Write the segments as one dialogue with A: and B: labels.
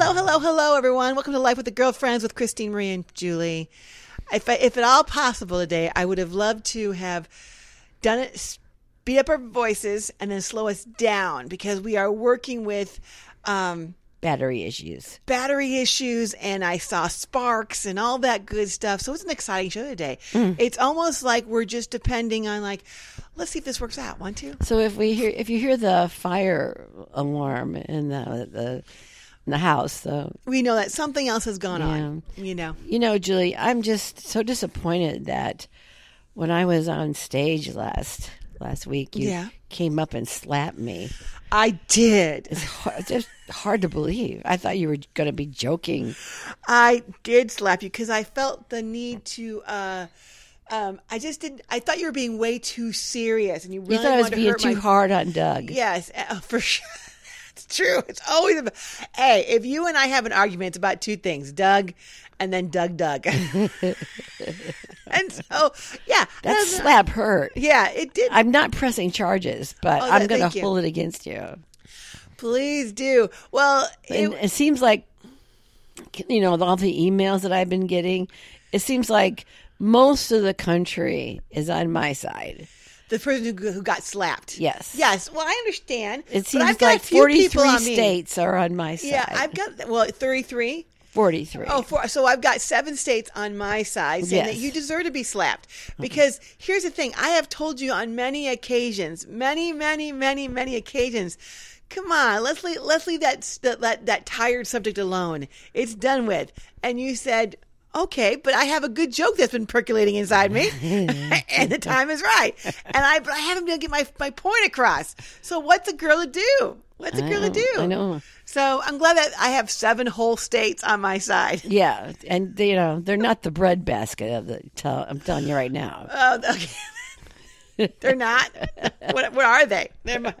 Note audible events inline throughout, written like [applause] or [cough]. A: hello, everyone. Welcome to Life with the Girlfriends with Christine Marie and Julie. If, I, if at all possible today, I would have loved to have done it, speed up our voices, and then slow us down because we are working with um,
B: Battery issues.
A: battery issues and I saw sparks and all that good stuff. So it's an exciting show today. It's almost like we're just depending on like, let's see if this works out. One, two.
B: So if we hear, if you hear the fire alarm in the the, in the house, so
A: We know that something else has gone on. You know.
B: you know, Julie, I'm just so disappointed that when I was on stage last last week, you
A: Yeah.
B: came up and slapped me.
A: I did.
B: It's hard, it's just hard to believe. I thought you were going to be joking.
A: I did slap you because I felt the need to uh um I just didn't I thought you were being way too serious and you
B: You
A: really
B: thought I was
A: wanted
B: being
A: to hurt
B: too
A: my
B: hard on Doug.
A: Yes, uh, for [laughs] sure. It's true. It's always about, hey, if you and I have an argument, it's about two things Doug and then Doug Doug. [laughs] and so, yeah.
B: That
A: that's-
B: slap hurt.
A: yeah, it did.
B: I'm not pressing charges, but
A: Oh,
B: I'm
A: that-
B: going
A: thank
B: to
A: you.
B: hold it against you.
A: Please do. Well,
B: And
A: it,
B: it seems like, you know, with all the emails that I've been getting, it seems like most of the country is on my side.
A: the person who, who got slapped.
B: Yes.
A: Yes. Well, I understand.
B: It
A: but
B: seems
A: I've got a
B: like
A: few people
B: 43
A: on me.
B: states are on my side.
A: Yeah, I've got, well, 33.
B: 43.
A: Oh, four. So I've got seven states on my side saying that
B: Yes.
A: you deserve to be slapped. Because here's the thing I have told you on many occasions, many, many, many, many occasions. Come on, let's leave, let's leave that, that, that, that tired subject alone. It's done with. And you said, okay, but I have a good joke that's been percolating inside
B: [laughs]
A: me, [laughs] and the time is right. And I, but I haven't been able to get my, my point across. So what's a girl to do? What's a
B: I
A: girl to
B: know,
A: do?
B: I know.
A: So I'm glad that I have seven whole states on my side. [laughs]
B: Yeah, and they, you know they're not the breadbasket of the. Tell, I'm telling you right now.
A: Oh, okay. [laughs] They're not. what, what are they? They're, my-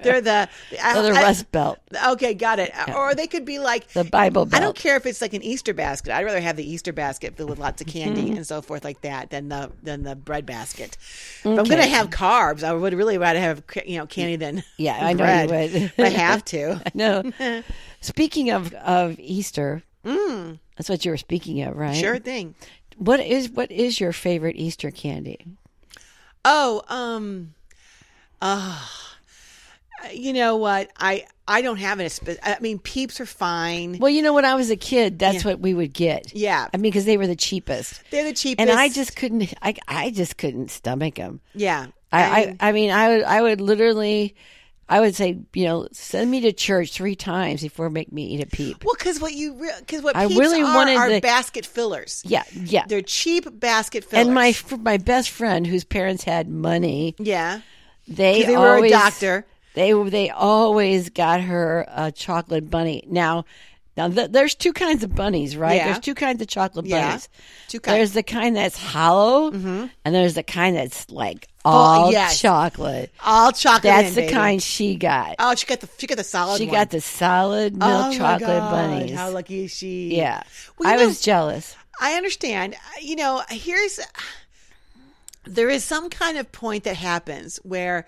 A: they're the. I-
B: They're the
A: I-
B: Rust Belt,
A: Okay, got it. Or they could be like.
B: the Bible Belt.
A: I don't care if it's like an Easter basket. I'd rather have the Easter basket filled with lots of candy
B: Mm-hmm.
A: and so forth like that than the than the bread basket. If I'm going to have carbs, I would really rather have you know candy than
B: Yeah, I know you
A: bread.
B: would. [laughs]
A: If I have to. [laughs]
B: No. speaking of of Easter, that's what you were speaking of, right?
A: Mm. Sure thing.
B: What is what is your favorite Easter candy?
A: Oh, um, uh, you know what? I I don't have an. spe- I mean, peeps are fine.
B: Well, you know, when I was a kid, that's
A: Yeah.
B: what we would get.
A: Yeah.
B: I mean, because they were the cheapest,
A: They're the cheapest.
B: and I just couldn't. I I just couldn't stomach them.
A: yeah.
B: I, I I mean, I would I would literally, I would say, you know, send me to church three times before make me eat a peep.
A: well, because what you because what
B: I
A: peeps
B: really
A: are
B: wanted
A: are
B: the-
A: basket fillers.
B: Yeah, yeah.
A: They're cheap basket fillers.
B: And my f- my best friend, whose parents had money,
A: yeah.
B: they
A: 'Cause they were a
B: always,
A: doctor.
B: They they always got her a chocolate bunny. Now, now th- there's two kinds of bunnies, right?
A: Yeah.
B: There's two kinds of chocolate
A: Yeah.
B: bunnies.
A: Two kinds. Mm-hmm.
B: There's the kind that's hollow, and there's the kind that's like all
A: Oh, yes.
B: chocolate.
A: All chocolate.
B: That's
A: in,
B: the
A: baby.
B: kind she got.
A: Oh, she got the she got the solid.
B: she
A: one.
B: got the solid milk
A: Oh, my
B: chocolate
A: God,
B: bunnies.
A: How lucky is she?
B: yeah,
A: Well, you
B: I
A: know-
B: was jealous.
A: I understand. I- You know, here's there is some kind of point that happens where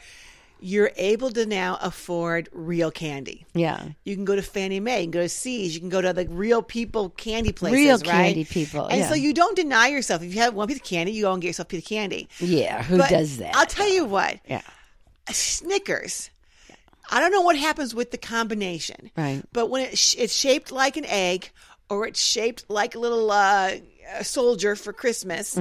A: you're able to now afford real candy.
B: Yeah,
A: You can go to Fannie Mae, you can go to Sears, you can go to the real people candy places,
B: Real
A: right?
B: candy people,
A: and
B: yeah.
A: so you don't deny yourself. If you have one piece of candy, you go and get yourself a piece of candy.
B: yeah. Who
A: But
B: does that?
A: I'll tell you what,
B: yeah,
A: Snickers. I don't know what happens with the combination,
B: Right.
A: But when it sh- it's shaped like an egg, or it's shaped like a little uh, uh, soldier for Christmas,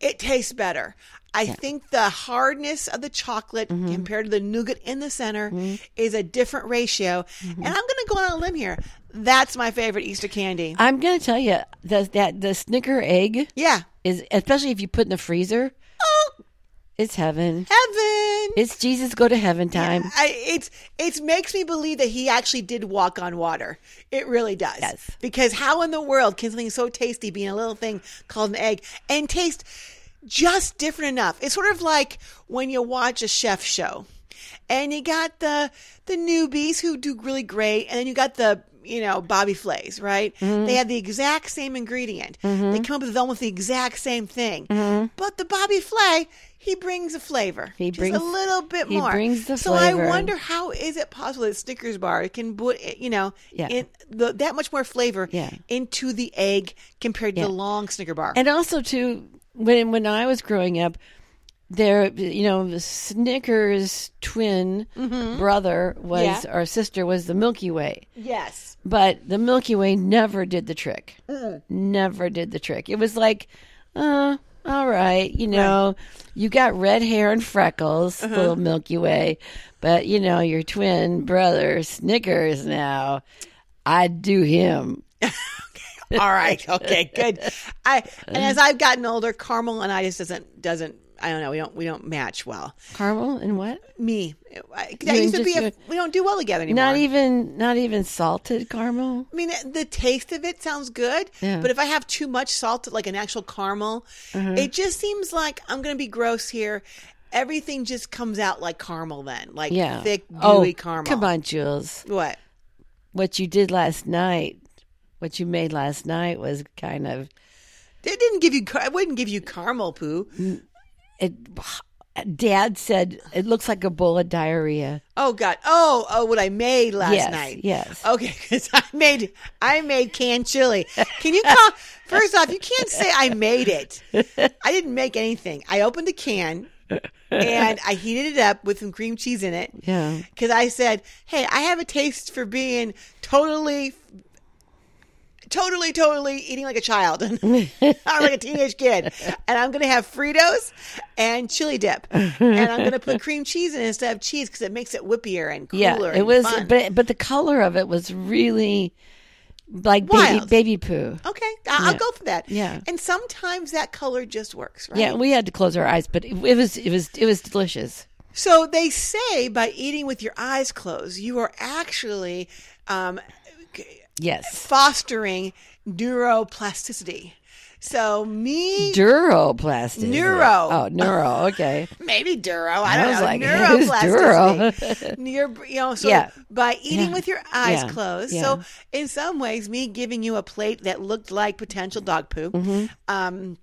A: it tastes better. I think the hardness of the chocolate compared to the nougat in the center is a different ratio. And I'm going to go on a limb here. That's my favorite Easter candy.
B: I'm gonna tell you that that the Snicker egg
A: yeah, Oh,
B: is especially if you put in the freezer. It's heaven.
A: heaven.
B: It's Jesus go to heaven time.
A: I, it's it makes me believe that he actually did walk on water. It really does.
B: Yes.
A: Because how in the world can something so tasty be in a little thing called an egg and taste just different enough? It's sort of like when you watch a chef show, and you got the the newbies who do really great, and then you got the you know, Bobby Flay's, right?
B: Mm-hmm.
A: They had the exact same ingredient. They come up with almost the exact same thing. But the Bobby Flay, he brings a flavor.
B: Mm-hmm. He
A: just
B: brings-
A: a little bit
B: he
A: more.
B: brings the
A: so I
B: flavor.
A: wonder how is it possible that Snickers bar can put eh, you know
B: Yeah.
A: in the, that much more flavor
B: Yeah.
A: into the egg compared to the
B: Yeah.
A: long Snicker bar.
B: And also too, when when I was growing up, there you know the Snickers twin brother was
A: Yeah.
B: or sister was the Milky Way,
A: yes.
B: but the Milky Way never did the trick. Never did the trick. It was like, uh, all right, you know, you got red hair and freckles, little Milky Way, but you know your twin brother Snickers now. I do him.
A: All right.
B: [laughs]
A: Okay. Good. I and as I've gotten older, caramel and I just doesn't doesn't I don't know. We don't we don't match well.
B: Caramel and what?
A: Me. I, that
B: You
A: used to be
B: just-
A: a, we don't do well together anymore.
B: Not even not even salted caramel.
A: I mean, the taste of it sounds good,
B: Yeah. Uh-huh.
A: but if I have too much salt, like an actual caramel, it just seems like I'm going to be gross here. Everything just comes out like caramel, then, like
B: Yeah.
A: thick, gooey
B: oh,
A: caramel.
B: Come on, Jules.
A: What?
B: What you did last night, what you made last night was kind of
A: It didn't give you. car- I wouldn't give you caramel poo.
B: it. Dad said it looks like a bowl of diarrhea.
A: Oh God. Oh oh, what I made last
B: yes,
A: night. Oh,
B: yes.
A: Okay, [laughs] because I made I made canned chili. Can you call? First off, you can't say I made it. I didn't make anything. I opened a can and I heated it up with some cream cheese in
B: [laughs]
A: it.
B: Yeah.
A: because I said, "Hey, I have a taste for being totally, totally, totally eating like a child, [laughs] I'm like a teenage kid, and I'm going to have Fritos and chili dip, and I'm going to
B: [laughs]
A: put cream cheese in it instead of cheese because it makes it whippier and cooler."
B: Yeah, it
A: and
B: was,
A: fun.
B: but but the color of it was really like baby,
A: Wild.
B: baby poo.
A: okay, I- I'll
B: Yeah.
A: go for that.
B: Yeah.
A: and sometimes that color just works, right?
B: Yeah, we had to close our eyes, but it, it was it was it was delicious.
A: So they say by eating with your eyes closed, you are actually. Um,
B: Yes,
A: fostering neuroplasticity. So me,
B: neuroplastic.
A: Neuro.
B: Oh, neuro. Okay.
A: maybe Duro. I don't
B: I was
A: know.
B: [laughs] like, who's
A: neuroplasticity. Neuro- you know, so
B: Yeah.
A: by eating
B: Yeah.
A: with your eyes
B: Yeah.
A: closed.
B: Yeah.
A: So in some ways, me giving you a plate that looked like potential dog poo.
B: Mm-hmm.
A: Um,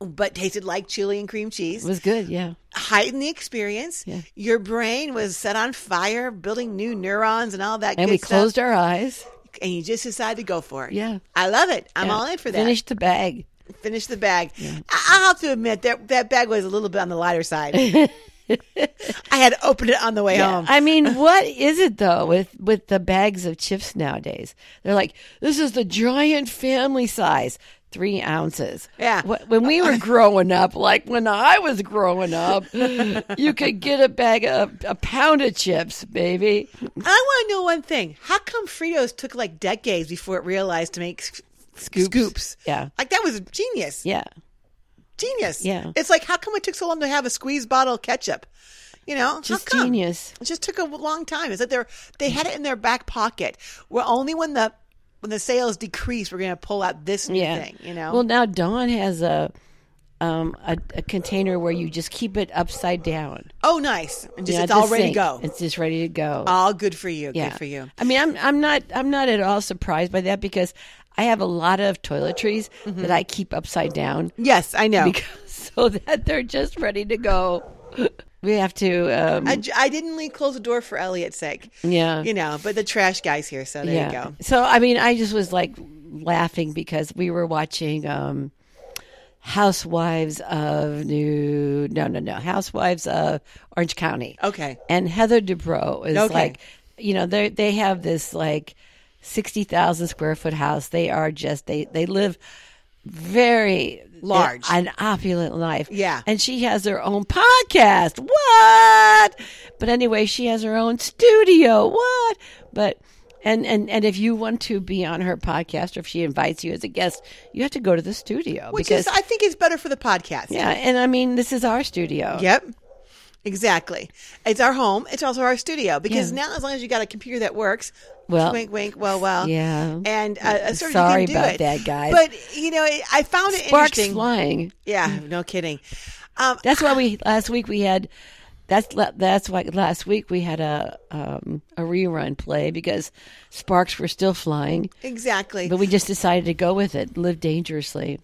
A: but tasted like chili and cream cheese.
B: It was good. Yeah.
A: heightened the experience.
B: Yeah.
A: Your brain was set on fire, building new neurons and all that
B: And
A: good
B: we
A: stuff.
B: closed our eyes.
A: and you just decided to go for it.
B: Yeah.
A: I love it. I'm
B: Yeah.
A: all in for that.
B: Finished the bag.
A: finish the bag. I- I'll have to admit that that bag was a little bit on the lighter side.
B: [laughs]
A: I had opened it on the way home.
B: I mean, what is it though with with the bags of chips nowadays? They're like, this is the giant family size, three ounces.
A: Yeah.
B: Wh- When we were growing up, like when I was growing up, you could get a bag of a pound of chips, baby.
A: I want to know one thing: how come Fritos took like decades before it realized to make s- scoops?
B: Yeah.
A: Like that was genius,
B: Yeah.
A: genius.
B: Yeah.
A: it's like how come it took so long to have a squeeze bottle of ketchup? You know,
B: Just
A: how come?
B: genius.
A: It just took a long time. It's like they they had it in their back pocket. Where only when the when the sales decrease, we're going to pull out this new
B: Yeah.
A: thing. You know,
B: Well, now Dawn has a um a, a container where you just keep it upside down.
A: oh nice, and just
B: Yeah,
A: it's
B: at the
A: all ready to go.
B: sink. It's just ready to go.
A: All good for you.
B: Yeah.
A: Good for you.
B: I mean, I'm I'm not I'm not at all surprised by that because I have a lot of toiletries
A: Mm-hmm.
B: that I keep upside down [laughs]
A: Yes, I know.
B: so that they're just ready to go. We have to, um,
A: I, j- I didn't leave close the door for Elliot's sake.
B: yeah,
A: You know, but the trash guy's here, so there
B: yeah.
A: you go.
B: So I mean, I just was like laughing because we were watching um, Housewives of New No No No Housewives of Orange County.
A: Okay.
B: and Heather Dubrow is
A: Okay.
B: like, you know, they they have this like sixty thousand square foot house. They are just they they live very
A: Large.
B: an opulent life.
A: Yeah.
B: and she has her own podcast. What? But anyway, she has her own studio. What? But. And, and and if you want to be on her podcast or if she invites you as a guest, you have to go to the studio
A: Which is,
B: because
A: I think, is better for the podcast.
B: yeah, and I mean this is our studio.
A: Yep. Exactly. It's our home. It's also our studio because
B: Yeah.
A: now, as long as you got a computer that works,
B: Well,
A: wink, wink, well, well,
B: yeah.
A: and uh, a sort of
B: Sorry
A: you can do
B: about
A: it.
B: that, guys.
A: But you know, I- I found it
B: Sparks
A: interesting.
B: flying.
A: Yeah, no kidding. Um,
B: That's why we last week we had That's la- that's why last week we had a um, a rerun play because sparks were still flying,
A: Exactly.
B: but we just decided to go with it, live dangerously.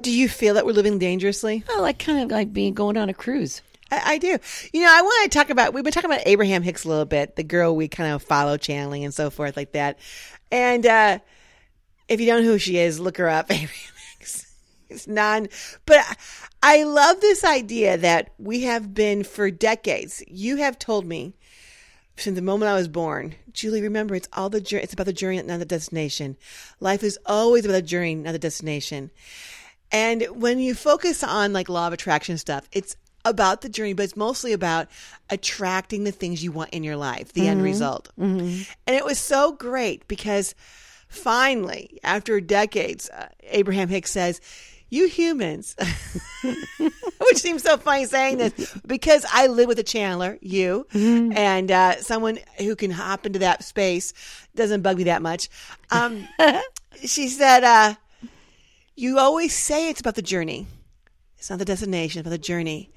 A: Do you feel that we're living dangerously?
B: Oh, like kind of like being going on a cruise.
A: I, I do. You know, I want to talk about, we've been talking about Abraham Hicks a little bit, the girl we kind of follow channeling and so forth like that. And uh, if you don't know who she is, look her up, [laughs] Abraham Hicks. It's non, but I love this idea that we have been for decades. You have told me since the moment I was born, Julie, remember it's all the journey. It's about the journey, not the destination. Life is always about the journey, not the destination. And when you focus on like law of attraction stuff, it's about the journey, but it's mostly about attracting the things you want in your life, the end result. And it was so great because finally, after decades, uh, Abraham Hicks says, you humans, [laughs] which seems so funny saying this because I live with a channeler, you, and uh, someone who can hop into that space doesn't bug me that much. Um, she said, uh, you always say it's about the journey. It's not the destination, it's about the journey.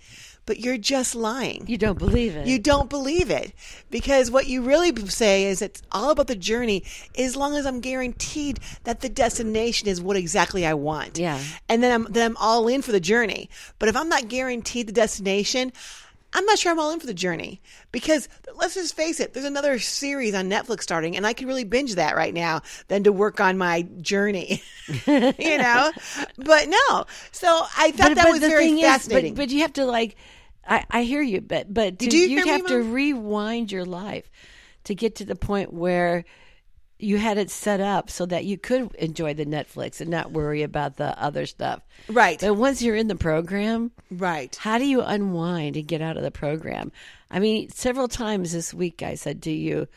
A: But you're just lying.
B: You don't believe it.
A: You don't believe it because what you really b- say is it's all about the journey as long as I'm guaranteed that the destination is what exactly I want.
B: Yeah.
A: And then I'm then I'm all in for the journey. But if I'm not guaranteed the destination, I'm not sure I'm all in for the journey because let's just face it, there's another series on Netflix starting and I could really binge that right now than to work on my journey. [laughs] you know? But no. So I thought that was very fascinating.
B: Is, but, but you have to like, I, I hear you, but but to,
A: do you
B: you
A: hear me,
B: have to rewind your life to get to the point where you had it set up so that you could enjoy the Netflix and not worry about the other stuff.
A: Right.
B: But once you're in the program,
A: right.
B: how do you unwind and get out of the program? I mean, several times this week I said to you,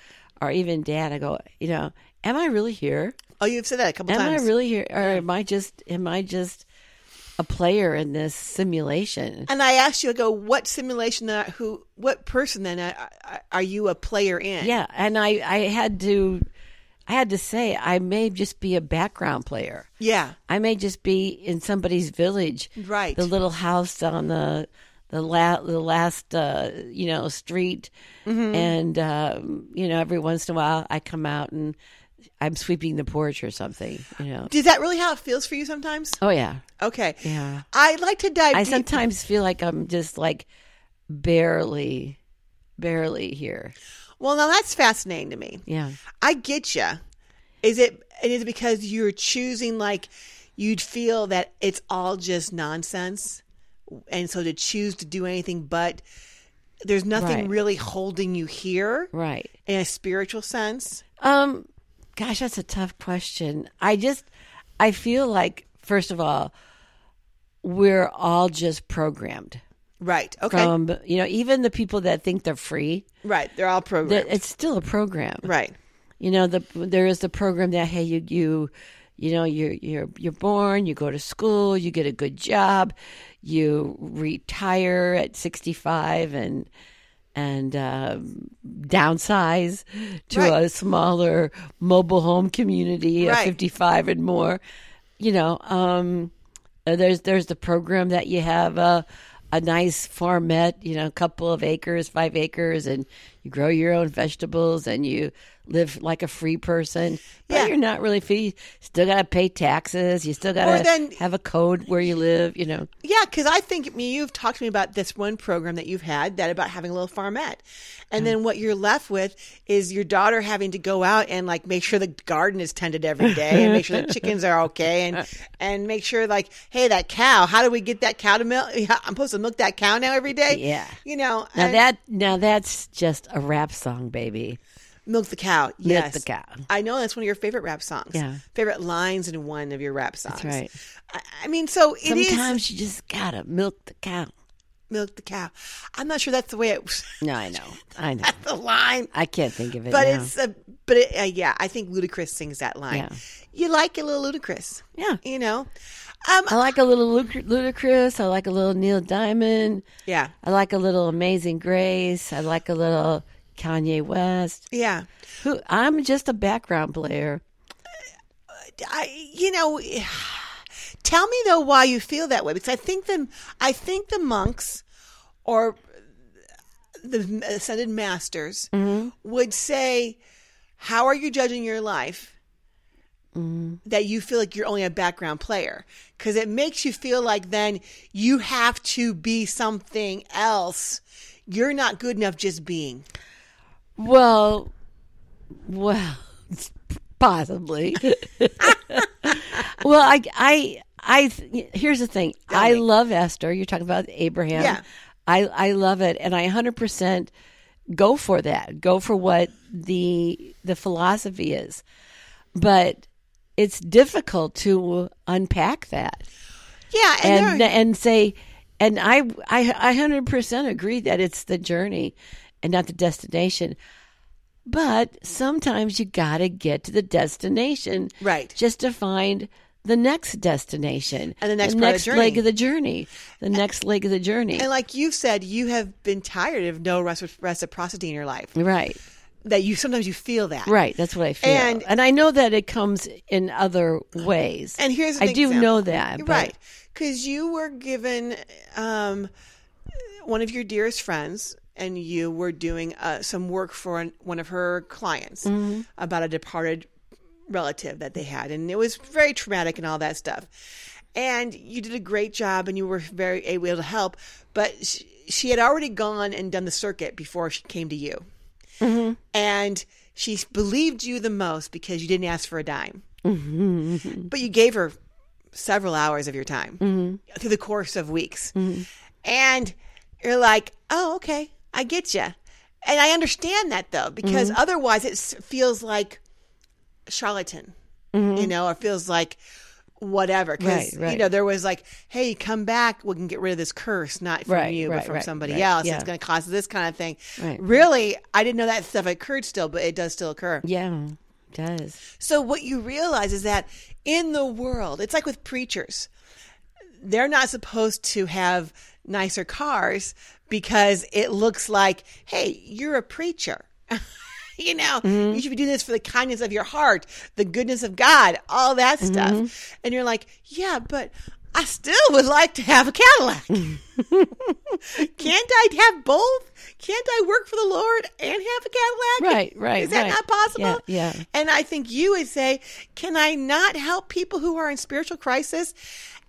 B: or even Dad, I go, you know, am I really here?
A: Oh, you've said that a couple
B: Am
A: times.
B: I really here, or am I just am I just a player in this simulation?
A: and I asked you, I go, what simulation? That, who? What person then are, are- are you a player in?
B: Yeah, and I I had to I had to say I may just be a background player.
A: yeah,
B: I may just be in somebody's village,
A: Right.
B: The little house on the the la- the last uh, you know street,
A: Mm-hmm.
B: and um, you know every once in a while I come out and I'm sweeping the porch or something. You know,
A: Is that really how it feels for you sometimes?
B: oh yeah,
A: Okay.
B: Yeah.
A: I like to dive. [laughs]
B: I
A: deep-
B: sometimes feel like I'm just like barely, barely here.
A: well, now that's fascinating to me.
B: Yeah.
A: I get you. Is it? And is it because you're choosing like you'd feel that it's all just nonsense, and so to choose to do anything but there's nothing
B: Right.
A: really holding you here
B: Right.
A: in a spiritual sense.
B: Um, gosh, that's a tough question. I just, I feel like, first of all, we're all just programmed
A: Right. Okay.
B: from, you know, even the people that think they're free,
A: right. They're all
B: that
A: programmed.
B: it's still a program.
A: right.
B: You know, the there is the program that hey, you you, you know, you you're you're born, you go to school, you get a good job, you retire at sixty five and and um, downsize to
A: Right.
B: a smaller mobile home community of
A: Right.
B: fifty five and more. You know, um, uh, there's there's the program that you have a a nice farmette, you know, a couple of acres, five acres, and you grow your own vegetables and you live like a free person. But
A: Yeah.
B: you're not really free. You still got to pay taxes. You still got
A: Or then-
B: to have a code where you live. You know,
A: Yeah, because I think I mean, you've talked to me about this one program that you've had that about having a little farmette, and then what you're left with is your daughter having to go out and like make sure the garden is tended every day, and make sure the
B: [laughs]
A: chickens are okay, and and make sure like, hey, that cow, how do we get that cow to milk? I'm supposed to milk that cow now every day.
B: Yeah.
A: you know,
B: now
A: and
B: that now that's just a rap song, baby.
A: milk the cow. Yes,
B: the cow.
A: I know that's one of your favorite rap songs.
B: Yeah.
A: favorite lines in one of your rap songs.
B: right.
A: I, I mean, so it is.
B: Sometimes you just gotta milk the cow.
A: milk the cow. I'm not sure that's the way it
B: No, I know, I know.
A: [laughs] the line.
B: I can't think of it.
A: But
B: now.
A: it's a, but it, uh, yeah, I think Ludacris sings that line.
B: Yeah.
A: You like a little Ludacris,
B: yeah.
A: you know? Um,
B: I like a little Luc- Ludacris. I like a little Neil Diamond.
A: yeah,
B: I like a little Amazing Grace. I like a little Kanye West.
A: yeah.
B: Who I'm just a background player.
A: I, you know, tell me though why you feel that way because I think them, I think the monks, or the ascended masters would say, "How are you judging your life?" That you feel like you're only a background player because it makes you feel like then you have to be something else. You're not good enough just being.
B: Well, well, [laughs] possibly. well, I, I, I. th- Here's the thing. I
A: me.
B: love Esther. You're talking about Abraham.
A: Yeah.
B: I, I love it, and I 100 percent go for that. Go for what the the philosophy is, but it's difficult to unpack that
A: Yeah, and,
B: and
A: there-
B: and say and I I I hundred percent agree that it's the journey and not the destination. But sometimes you gotta get to the destination,
A: Right.
B: Just to find the next destination
A: And the next part of the
B: leg
A: journey.
B: of the journey, the next leg of the journey,
A: and like you said, you have been tired of no reci- reciprocity in your life.
B: right?
A: That you sometimes you feel that.
B: Right. That's what I feel,
A: And-
B: and, I know that it comes in other ways.
A: And here's an
B: I do
A: example.
B: know that,
A: You're
B: but-
A: right? Because you were given um, one of your dearest friends, and you were doing uh, some work for an, one of her clients
B: Mm-hmm.
A: about a departed relative that they had, and it was very traumatic and all that stuff. And you did a great job, and you were very able to help. But she, she had already gone and done the circuit before she came to you,
B: Mm-hmm.
A: and she believed you the most because you didn't ask for a dime
B: Mm-hmm.
A: but you gave her several hours of your time
B: Mm-hmm.
A: through the course of weeks and you're like oh okay i get you and i understand that though because
B: Mm-hmm.
A: otherwise it s- feels like charlatan you know or feels like whatever because
B: Mm-hmm. Right, right.
A: you know there was like hey come back we can get rid of this curse not from
B: Right,
A: you but
B: right,
A: from
B: right,
A: somebody
B: right.
A: else
B: Yeah.
A: it's going to cause this kind of thing
B: Right.
A: really i didn't know that stuff occurred still but it does still occur
B: yeah, it does
A: so what you realize is that in the world, it's like with preachers. They're not supposed to have nicer cars because it looks like, hey, you're a preacher. [laughs] you know,
B: Mm-hmm.
A: you should be doing this for the kindness of your heart, the goodness of God, all that
B: Mm-hmm.
A: stuff. And you're like, yeah, but I still would like to have a
B: [laughs]
A: Cadillac. Can't I have both? Can't I work for the Lord and have a Cadillac?
B: Right, right,
A: Is that
B: right.
A: not possible?
B: Yeah, yeah.
A: And I think you would say, can I not help people who are in spiritual crisis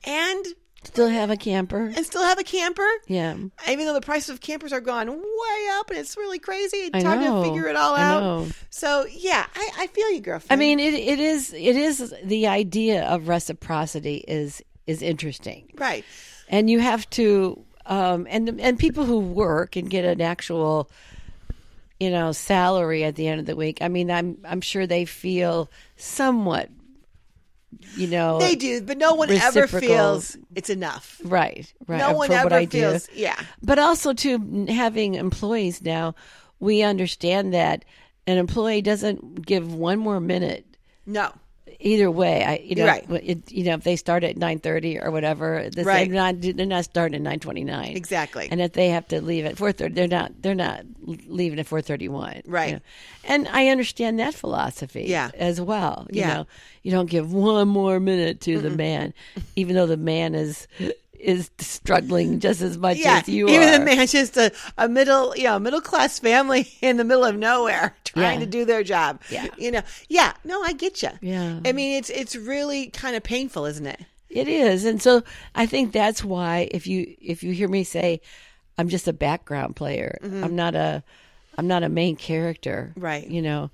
A: and
B: still have a camper.
A: and still have a camper?
B: Yeah,
A: Even though the prices of campers are gone way up and it's really crazy, it's
B: I
A: hard
B: know.
A: to figure it all
B: I
A: out.
B: know.
A: So yeah, I, I feel you, girlfriend.
B: I mean, it, it is it is the idea of reciprocity is is interesting,
A: right,
B: and you have to um, and and people who work and get an actual you know salary at the end of the week. I mean, I'm I'm sure they feel somewhat, you know,
A: they do, but no one ever
B: Reciprocal.
A: feels it's enough.
B: right, right.
A: No one
B: for what
A: ever
B: I do.
A: feels, yeah,
B: But also to having employees now, we understand that an employee doesn't give one more minute
A: no,
B: either way, I you know,
A: Right.
B: w- it, you know, if they start at nine thirty or whatever, this,
A: Right.
B: they're not they're not starting at nine twenty nine
A: exactly.
B: and if they have to leave at four thirty, they're not they're not leaving at four thirty one,
A: Right.
B: And I understand that philosophy,
A: Yeah.
B: as well. You
A: Yeah.
B: know, you don't give one more minute to the man, even though the man is is struggling just as much
A: yeah,
B: as you
A: even
B: are.
A: the man's just a, a middle, you know, middle class family [laughs] in the middle of nowhere [laughs] trying
B: Yeah.
A: to do their job.
B: Yeah.
A: you know, yeah. No, I get you.
B: Yeah.
A: I mean, it's it's really kind of painful, isn't it?
B: It is. And so I think that's why if you if you hear me say I'm just a background player. I'm not a I'm not a main character.
A: Mm-hmm. Right.
B: You know.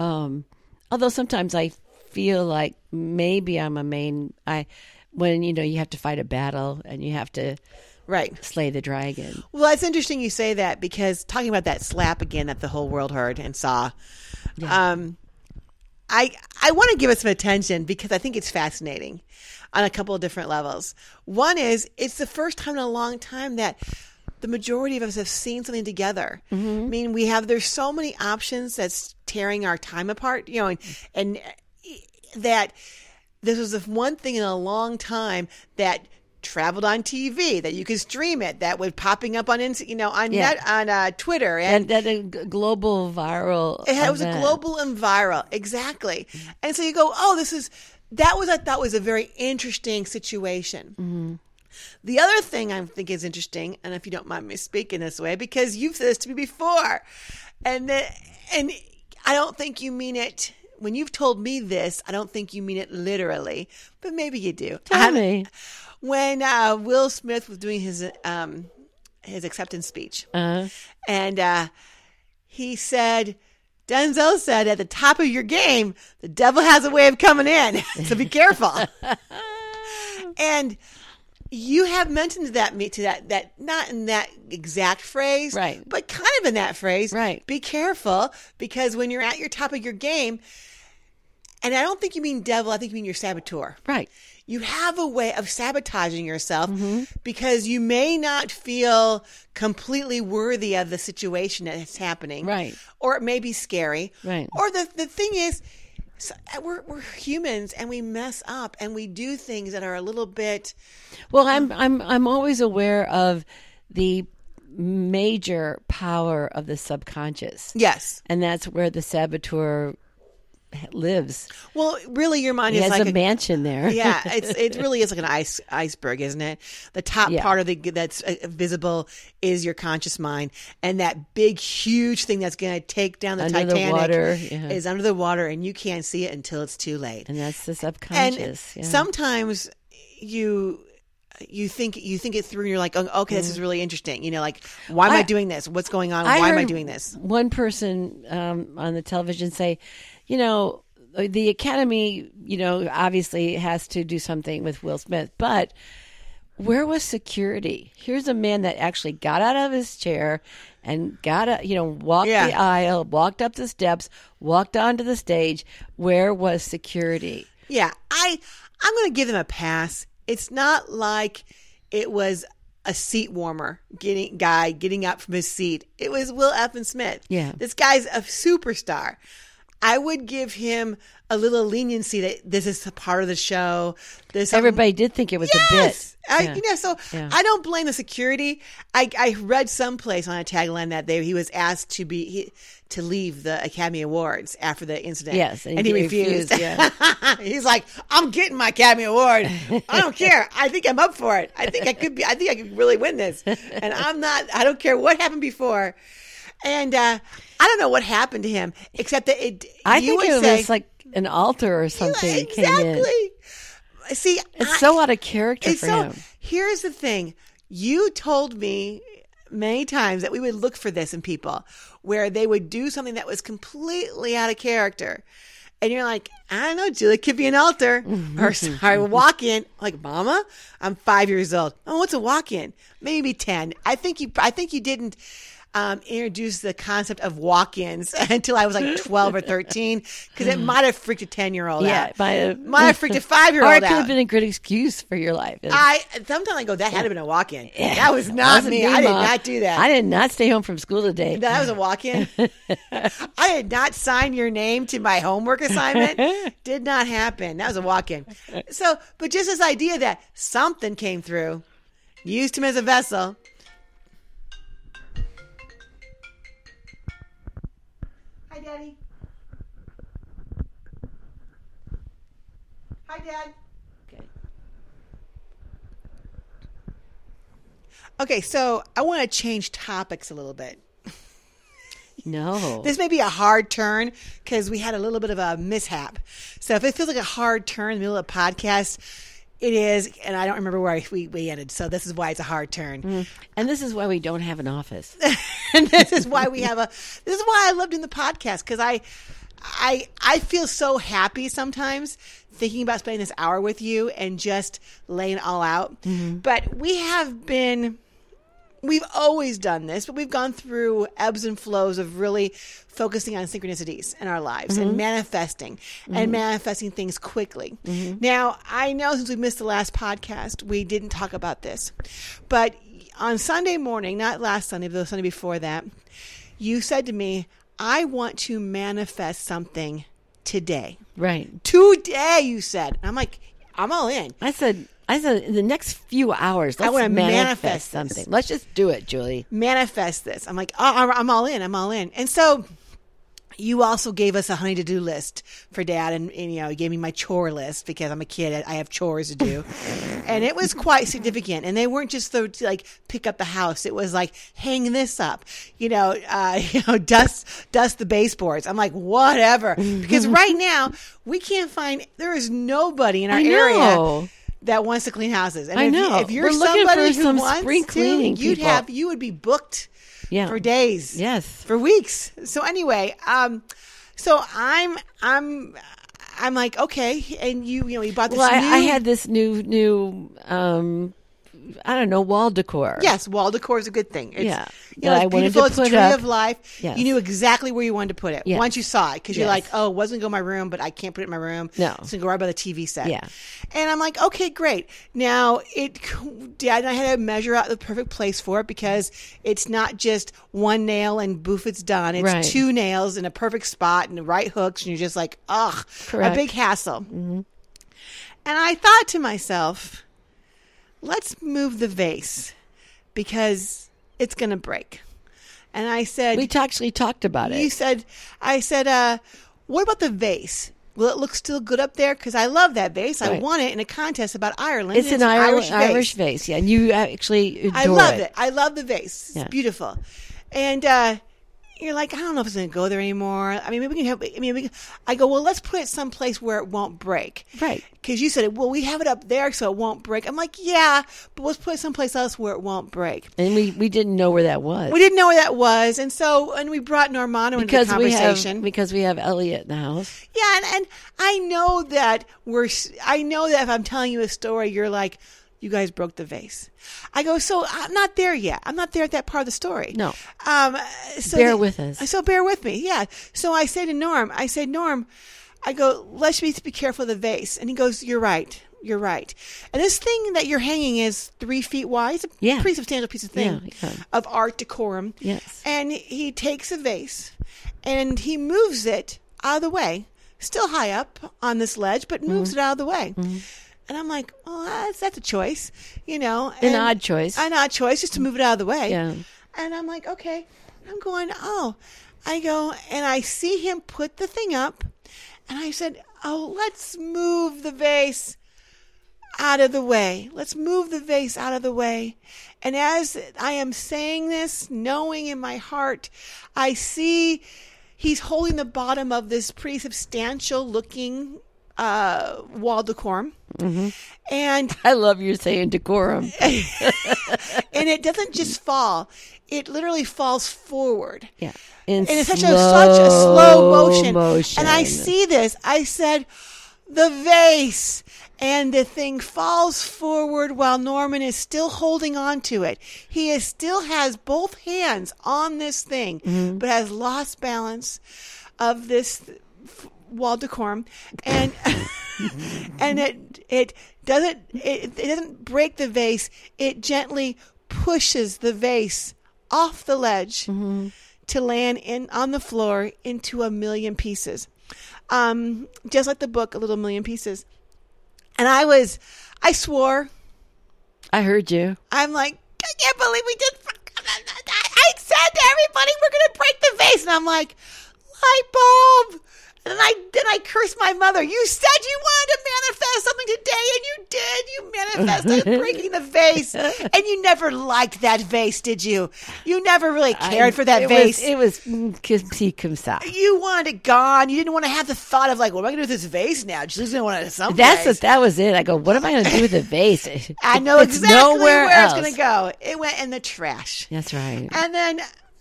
B: Um although sometimes I feel like maybe I'm a main I when you know you have to fight a battle and you have to
A: Right.
B: slay the dragon.
A: Well, it's interesting you say that because talking about that slap again that the whole world heard and saw. Um, I I want to give it some attention because I think it's fascinating on a couple of different levels. One is it's the first time in a long time that the majority of us have seen something together.
B: Mm-hmm.
A: I mean, we have there's so many options that's tearing our time apart, you know, and and eh, that this was the one thing in a long time that traveled on TV that you could stream it that was popping up on Inst- you know on
B: Yeah.
A: net on uh, Twitter and
B: And that a g- global viral
A: it, had- it was a
B: event.
A: global and viral, exactly.
B: Mm-hmm.
A: And so you go, oh, this is that was I thought was a very interesting situation. The other thing I think is interesting, and if you don't mind me speaking this way, because you've said this to me before, and the, and I don't think you mean it. When you've told me this, I don't think you mean it literally, but maybe you do. I
B: Tell
A: haven't-
B: me.
A: When uh, Will Smith was doing his um, his acceptance speech,
B: Uh,
A: and uh, he said, Denzel said, at the top of your game, the devil has a way of coming in, [laughs] so be
B: [laughs]
A: careful. and you have mentioned that me to that that not in that exact phrase,
B: Right.
A: But kind of in that phrase,
B: Right.
A: Be careful because when you're at your top of your game, and I don't think you mean devil, I think you mean your saboteur
B: right.
A: you have a way of sabotaging yourself
B: Mm-hmm.
A: because you may not feel completely worthy of the situation that's happening.
B: Right.
A: Or it may be scary.
B: Right.
A: Or the, the thing is, so- we're, we're humans and we mess up and we do things that are a little bit.
B: Well, I'm I'm I'm always aware of the major power of the subconscious,
A: Yes.
B: and that's where the saboteur lives.
A: Well, really, your mind
B: He
A: is
B: has
A: like
B: a, mansion there.
A: yeah,
B: [laughs]
A: it's it really is like an ice iceberg, isn't it? The top
B: Yeah.
A: part of the that's uh, visible is your conscious mind, and that big, huge thing that's going to take down the
B: Under the
A: Titanic
B: water, yeah.
A: is under the water, and you can't see it until it's too late.
B: and that's the
A: And
B: subconscious. yeah.
A: sometimes you you think you think it through, and you're like, oh, okay, this is really interesting. You know, like why am I,
B: Mm. I-
A: doing this? What's going on? Why am I
B: heard
A: doing this?
B: One person um, on the television say, you know, the Academy, you know, obviously has to do something with Will Smith, but where was security? Here's a man that actually got out of his chair and got a, you know, walked
A: Yeah.
B: the aisle, walked up the steps, walked onto the stage. Where was security?
A: Yeah, I I'm going to give them a pass. It's not like it was a seat warmer getting guy getting up from his seat. It was Will Effin Smith.
B: Yeah.
A: this guy's a superstar. I would give him a little leniency that this is a part of the show. This
B: Everybody did think it was
A: Yes.
B: a
A: I,
B: bit. Yeah.
A: You know, so
B: Yeah.
A: I don't blame the security. I, I read someplace on a tagline that they, he was asked to be he, to leave the Academy Awards after the incident.
B: Yes,
A: and, he refused.
B: yeah.
A: [laughs] He's like, I'm getting my Academy Award. I
B: [laughs]
A: don't care. I think I'm up for it. I think I could be. I think I could really win this. And I'm not. I don't care what happened before. And uh, I don't know what happened to him, except that it.
B: I
A: you
B: think it
A: would say,
B: was like an altar or something came in.
A: exactly. See,
B: It's
A: I-
B: so out of character
A: it's
B: for
A: so-
B: him.
A: Here's the thing. You told me many times that we would look for this in people where they would do something that was completely out of character. And you're like, I don't know, Julie, it could be an altar [laughs]
B: Mm-hmm.
A: or sorry, walk in. Like, Mama, I'm five years old. Oh, what's a walk in? Maybe ten. I think you I think you didn't um, introduce the concept of walk ins [laughs] until I was like twelve or thirteen. Because it might have freaked a ten year old
B: Mm-hmm. Yeah,
A: out.
B: it might have.
A: might
B: [laughs]
A: have freaked a five year
B: Or it
A: old
B: could have
A: out.
B: been a good excuse for your life. It [laughs]
A: I sometimes I go, that had to been a walk in. That was not
B: wasn't
A: me. I did
B: Mom.
A: not do that.
B: I did not stay home from school today.
A: that was a walk [laughs] in. I did not sign your name to my homework [laughs] assignment. did not happen. That was a walk in. So, but just this idea that something came through, used him as a vessel. Hi, Daddy. Hi, Dad. Okay, so I want to change topics a little bit.
B: No.
A: This may be a hard turn because we had a little bit of a mishap. So if it feels like a hard turn in the middle of a podcast, it is, and I don't remember where I- we, we ended. So this is why it's a hard turn,
B: and this is why we don't have an office.
A: [laughs] and this is why we have a. This is why I loved in the podcast because I, I, I feel so happy sometimes thinking about spending this hour with you and just laying it all out. But we have been we've always done this, but we've gone through ebbs and flows of really focusing on synchronicities in our lives and manifesting and manifesting things quickly. Now, I know since we missed the last podcast, we didn't talk about this, but on Sunday morning, not last Sunday, but the Sunday before that, you said to me, I want to manifest something today.
B: right.
A: Today, you said. And I'm like, I'm all in.
B: I said, I said, in the next few hours, let's
A: wanna
B: manifest,
A: manifest
B: something. Let's just do it, Julie.
A: uh, manifest this. I'm like, oh, I'm all in. I'm all in. And so you also gave us a honey to do list for dad and, and, you know you gave me my chore list because i'm a kid i have chores to
B: [laughs]
A: do and it was quite significant and they weren't just the like pick up the house it was like hang this up you know uh, [laughs] you know dust dust the baseboards i'm like whatever
B: Mm-hmm.
A: because right now we can't find there is nobody in our
B: I
A: area
B: know.
A: that wants to clean houses and
B: I
A: if,
B: know.
A: You, if you're
B: We're looking
A: somebody
B: for
A: who
B: some
A: wants
B: spring
A: to,
B: cleaning
A: you'd
B: people.
A: have you would be booked
B: Yeah.
A: for days
B: Yes.
A: for weeks. So anyway, um, so I'm I'm I'm like okay, and you you know you bought this
B: Well, I,
A: new
B: I had this new new um I don't know wall decor.
A: yes wall decor is a good thing. It's,
B: Yeah.
A: you
B: That
A: know,
B: I
A: it's
B: wanted to
A: beautiful. It's a
B: put
A: tree
B: up.
A: of life.
B: Yes.
A: You knew exactly where you wanted to put it
B: Yes.
A: once you saw it because you're
B: Yes.
A: like oh it wasn't going to go in my room but I can't put it in my room.
B: No.
A: it's going to go right by the TV set.
B: Yeah.
A: and I'm like okay great. Now it Dad and I had to measure out the perfect place for it because it's not just one nail and boof it's done. It's
B: Right.
A: two nails in a perfect spot and the right hooks and you're just like ugh a
B: Correct. Mm-hmm.
A: big hassle. And I thought to myself, let's move the vase because it's going to break. And I said,
B: We t- actually talked about it.
A: you said, I said, uh, what about the vase? Will it look still good up there? Because I love that vase. I
B: Right.
A: won it in a contest about Ireland.
B: it's an Irish Irish
A: vase.
B: vase. Yeah, and you actually adore
A: I love it.
B: it.
A: I love the vase. It's
B: Yeah.
A: beautiful. And uh, you're like, I don't know if it's going to go there anymore. I mean, maybe we can have. I mean, we can, I go, well, let's put it someplace where it won't break.
B: Right.
A: Because you said, well, we have it up there so it won't break. I'm like, yeah, but let's put it someplace else where it won't break.
B: And we we didn't know where that was.
A: We didn't know where that was, and so and we brought Normando into the
B: because we
A: conversation.
B: have because we have Elliot in the house.
A: Yeah, and, and I know that we're. s- I know that if I'm telling you a story, you're like, "You guys broke the vase." I go, "So uh, I'm not there yet. I'm not there at that part of the story."
B: No.
A: Um. So
B: Bear with us.
A: So bear with me. Yeah. So I say to Norm, I say, Norm, I go, "Let's be be careful of the vase." And he goes, "You're right." You're right. And this thing that you're hanging is three feet wide. It's a
B: Yeah.
A: pretty substantial piece of thing
B: Yeah, yeah.
A: of art decorum.
B: Yes.
A: And he takes a vase and he moves it out of the way, still high up on this ledge, but moves
B: Mm-hmm.
A: it out of the way. And I'm like, well, that's, that's a choice, you know. and-
B: An odd choice.
A: An odd choice just to move it out of the way.
B: Yeah.
A: And I'm like, okay. I'm going, oh. I go and I see him put the thing up. And I said, oh, let's move the vase out of the way. Let's move the vase out of the way. And as I am saying this, knowing in my heart, I see he's holding the bottom of this pretty substantial looking uh, wall decorum. And
B: I love you saying decorum.
A: [laughs] and it doesn't just fall; it literally falls forward.
B: Yeah. In
A: and it's such a such a slow motion.
B: motion.
A: And I see this. I said, the vase, and the thing falls forward while Norman is still holding on to it. He is still has both hands on this thing, but has lost balance of this f- wall decorum, and [laughs] and it it doesn't it, it doesn't break the vase. It gently pushes the vase off the ledge to land in on the floor into a million pieces. Um, just like the book, A Little Million Pieces. And I was, I swore.
B: I heard you.
A: I'm like, I can't believe we did. I said to everybody, we're going to break the vase. And I'm like, light bulb. And I then I cursed my mother. You said you wanted to manifest something today, and you did. You
B: [laughs]
A: manifested breaking the vase, and you never liked that vase, did you? You never really cared
B: I-
A: for that
B: it
A: vase.
B: Was, it was mm, kim- see, kim sa.
A: you wanted it gone. You didn't want to have the thought of like, what am I going to do with this vase now? She's going to want it someplace.
B: That's what that was it. I go, what am I going to do with the vase?
A: [laughs] I know
B: It's
A: exactly
B: nowhere
A: where
B: else.
A: it's going to go. It went in the trash.
B: That's right.
A: And then,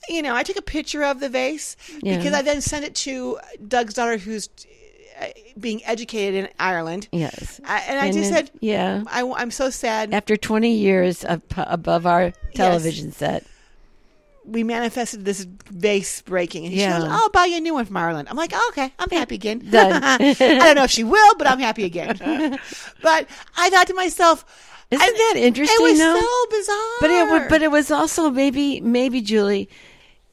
A: you know, I took a picture of the vase
B: Yeah.
A: because I then sent it to Doug's daughter, who's uh, being educated in Ireland.
B: yes.
A: I, and I just
B: it-
A: said,
B: yeah.
A: I, am so sad.
B: After 20 years of, pu- above our television set,
A: We manifested this vase breaking. And
B: Yeah.
A: she goes, I'll buy you a new one from Ireland. I'm like, oh, okay, I'm happy again.
B: [laughs]
A: [laughs]
B: Done.
A: I don't know if she will, but I'm happy
B: [laughs]
A: again. but I thought to myself,
B: Isn't
A: I-
B: that interesting,
A: It was
B: though?
A: so bizarre.
B: But it would, but it was also maybe maybe Julie,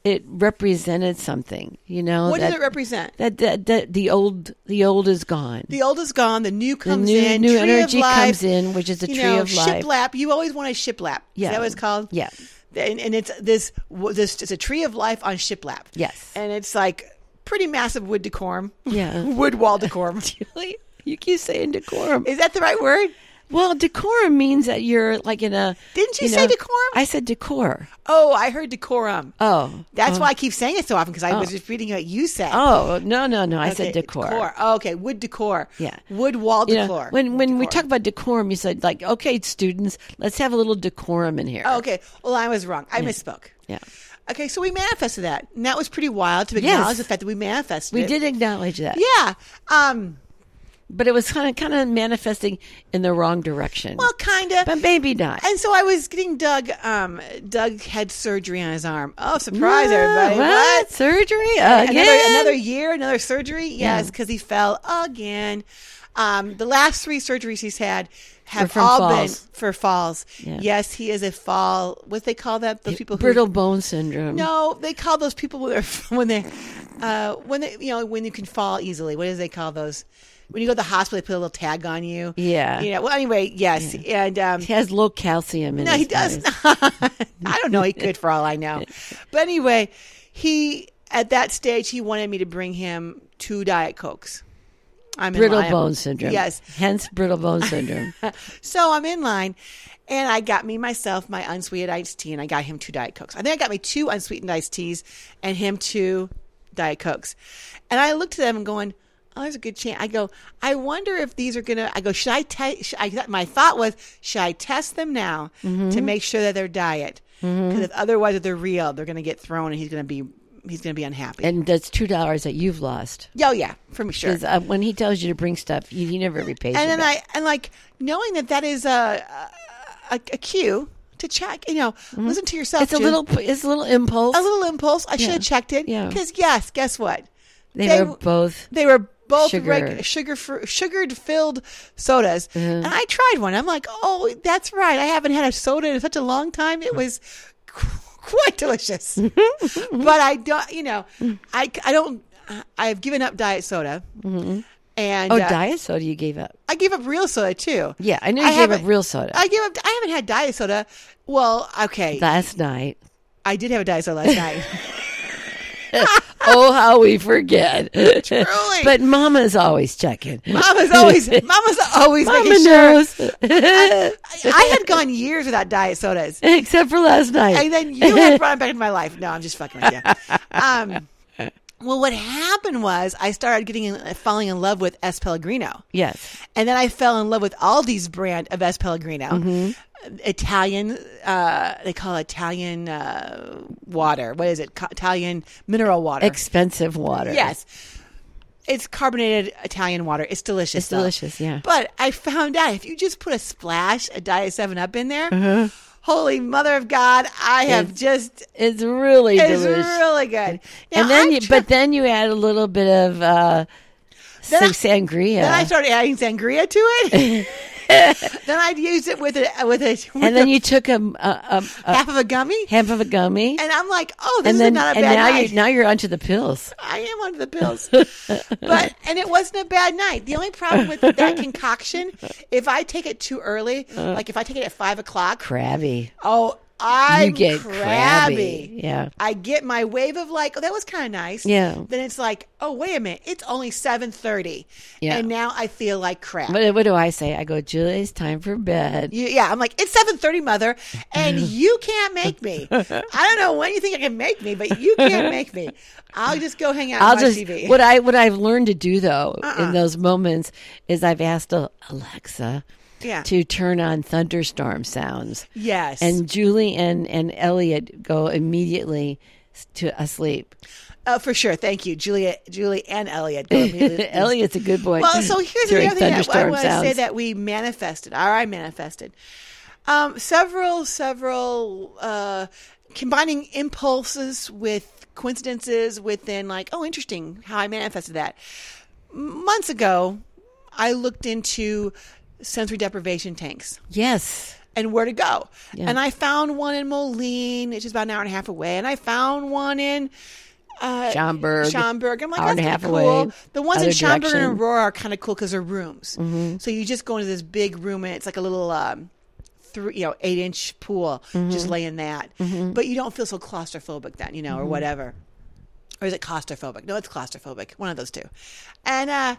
B: it represented something. You know
A: what
B: that,
A: does it represent?
B: That, that that the old the old is gone.
A: The old is gone. The new
B: The
A: comes
B: new
A: in.
B: new
A: tree of
B: energy
A: life,
B: comes in, which is the
A: you
B: tree
A: know,
B: of life.
A: Shiplap. You always want a shiplap.
B: Yeah.
A: Is that what it's called?
B: Yeah.
A: And, and it's this, this. It's a tree of life on shiplap.
B: Yes.
A: And it's like pretty massive wood decorum.
B: [laughs]
A: [laughs]
B: Yeah.
A: wood wall decorum.
B: Really? You keep saying decorum.
A: Is that the right word?
B: well, decorum means that you're like in a.
A: Didn't you say decorum?
B: I said decor.
A: Oh, I heard decorum.
B: Oh.
A: That's why I keep saying it so often because I was just reading what you said.
B: Oh no no no! I
A: Okay,
B: said decor.
A: Oh, okay, wood decor.
B: Yeah.
A: wood wall
B: You know,
A: decor.
B: when when we
A: Decor.
B: talk about decorum, you said like, okay, students, let's have a little decorum in here.
A: Oh, okay. Well, I was wrong. I misspoke.
B: Yeah,
A: Okay, so we manifested that, and that was pretty wild to
B: Yes.
A: acknowledge the fact that we manifested.
B: we
A: it.
B: did acknowledge that.
A: Yeah. Um.
B: but it was kind of kind of manifesting in the wrong direction.
A: Well, kinda.
B: but maybe not.
A: and so I was getting Doug. Um, Doug had surgery on his arm. Oh, surprise,
B: Yeah,
A: everybody!
B: What surgery again?
A: Another, another year, another surgery. Yes, because he fell again. Um, the last three surgeries he's had have
B: from
A: all
B: falls.
A: been for falls.
B: Yeah.
A: Yes, he is a fall. What they call that? Those people who
B: brittle bone syndrome.
A: No, they call those people when they're [laughs] when they uh, when they you know when you can fall easily. What do they call those? When you go to the hospital, they put a little tag on you.
B: Yeah.
A: You know. Well, anyway, yes, and um,
B: he has low calcium in.
A: no,
B: his
A: he does
B: bodies.
A: not. I don't know. He could, for all I
B: [laughs]
A: know. But anyway, he at that stage he wanted me to bring him two diet cokes. I'm in
B: Brittle
A: line.
B: bone syndrome.
A: Yes.
B: hence
A: [laughs]
B: brittle bone syndrome.
A: So I'm in line, and I got me myself my unsweetened iced tea, and I got him two diet cokes. I think I got me two unsweetened iced teas, and him two diet cokes. And I looked at them and going, "Oh, there's a good chance." I go, "I wonder if these are gonna." I go, "Should I test?" My thought was, "Should I test them now to make sure that they're diet? Because if otherwise, if they're real, they're gonna get thrown, and he's gonna be he's gonna be unhappy."
B: and that's two dollars that you've lost.
A: oh yeah, for sure.
B: 'Cause, uh, when he tells you to bring stuff, you, he never repays. you
A: and then
B: back.
A: I and like knowing that that is a a, a cue to check. You know, listen to yourself.
B: Mm-hmm. it's a
A: June.
B: little, it's a little impulse.
A: a little impulse. I should
B: Yeah.
A: have checked it.
B: Yeah.
A: Because yes, guess what?
B: they,
A: they-
B: were both.
A: They were both
B: Sugar. Uh-huh.
A: reg- sugar fr- sugared filled sodas, and I tried one. I'm like, oh, that's right. I haven't had a soda in such a long time. It was. qu- Quite
B: [laughs]
A: delicious, but I don't. You know,
B: Mm-hmm.
A: I, I don't. I've given up diet soda, and
B: Oh,
A: uh,
B: diet soda you gave up.
A: I gave up real soda too.
B: Yeah, I know you gave
A: haven't-
B: up real soda
A: I give up. I haven't had diet soda. Well, okay,
B: last night.
A: I did have a diet soda last
B: [laughs]
A: night.
B: oh, how we forget. but Mama's always checking.
A: Mama's
B: [laughs]
A: always, Mama's always
B: Mama
A: making sure.
B: knows.
A: I, I had gone years without diet
B: [laughs]
A: sodas,
B: Except for last night.
A: and then you had brought it back into my life. No, I'm just fucking with you. Um, well, what happened was I started getting in, falling in love with S Pellegrino.
B: yes.
A: And then I fell in love with Aldi's brand of S Pellegrino,
B: Mm-hmm.
A: Italian. Uh, they call it Italian uh, water. What is it? Co- Italian mineral water.
B: Expensive water.
A: Yes. It's carbonated Italian water. It's delicious.
B: It's delicious, yeah.
A: But I found out if you just put a splash of Diet 7 Up in there,
B: Uh-huh.
A: holy mother of God, I have just.
B: It's really
A: It's
B: delicious.
A: really good. Now,
B: and then
A: I've
B: you,
A: tri-
B: but then you add a little bit of uh,
A: Then I-
B: some sangria.
A: then I started adding sangria to it.
B: [laughs]
A: then I'd use it with a with a with
B: and then
A: a
B: you took a, a, a, a
A: half of a gummy,
B: half of a gummy.
A: and I'm like, oh, this
B: and
A: is
B: then
A: not a
B: and
A: bad
B: now
A: night.
B: you now you're onto the pills.
A: I am under the
B: [laughs]
A: pills. but and it wasn't a bad night. The only problem with
B: [laughs]
A: that concoction, if I take it too early, like if I take it at five o'clock,
B: Crabby.
A: oh, I'm
B: Uh. You get
A: crabby.
B: crabby. Yeah.
A: I get my wave of like, oh, that was kind of nice.
B: Yeah.
A: Then it's like, oh, wait a minute, it's only seven thirty,
B: Yeah.
A: and now I feel like crap.
B: But what do I say? I go, Julie, it's time for bed.
A: You- yeah, I'm like it's seven thirty, mother, and you can't make
B: [laughs]
A: me. I don't know when you think you can make me, but you can't make me. I'll just go hang out.
B: I'll
A: and watch Uh-uh.
B: just
A: TV.
B: what I what I've learned to do though in those moments is I've asked uh, Alexa
A: Yeah.
B: to turn on thunderstorm sounds,
A: yes,
B: and Julie and and Elliot go immediately s- to asleep.
A: Oh, for sure. Thank you, Julia, Julie, and Elliot. Go
B: [laughs]
A: immediately.
B: Elliot's a good boy.
A: well, so here's the
B: during
A: other thing that I
B: thunderstorm
A: want to say
B: sounds.
A: that we manifested, or I manifested. Um, several, several uh, combining impulses with coincidences within, like, oh, interesting how I manifested that. M- Months ago, I looked into sensory deprivation tanks
B: yes,
A: and where to go.
B: Yeah.
A: And I found one in Moline, which is about an hour and a half away. And I found one in uh,
B: Schaumburg,
A: Schaumburg. I'm like,
B: hour and
A: that's kinda
B: a half
A: cool.
B: away,
A: The ones in
B: other
A: Schaumburg
B: direction. Mm-hmm.
A: and Aurora are kind of cool because they're rooms. So you just go into this big room and it's like a little. Um, Three, you know, eight inch
B: Mm-hmm.
A: pool, just lay in that. But you don't feel so claustrophobic then, you know, or whatever. or is it claustrophobic? No, it's claustrophobic. One of those two. And uh,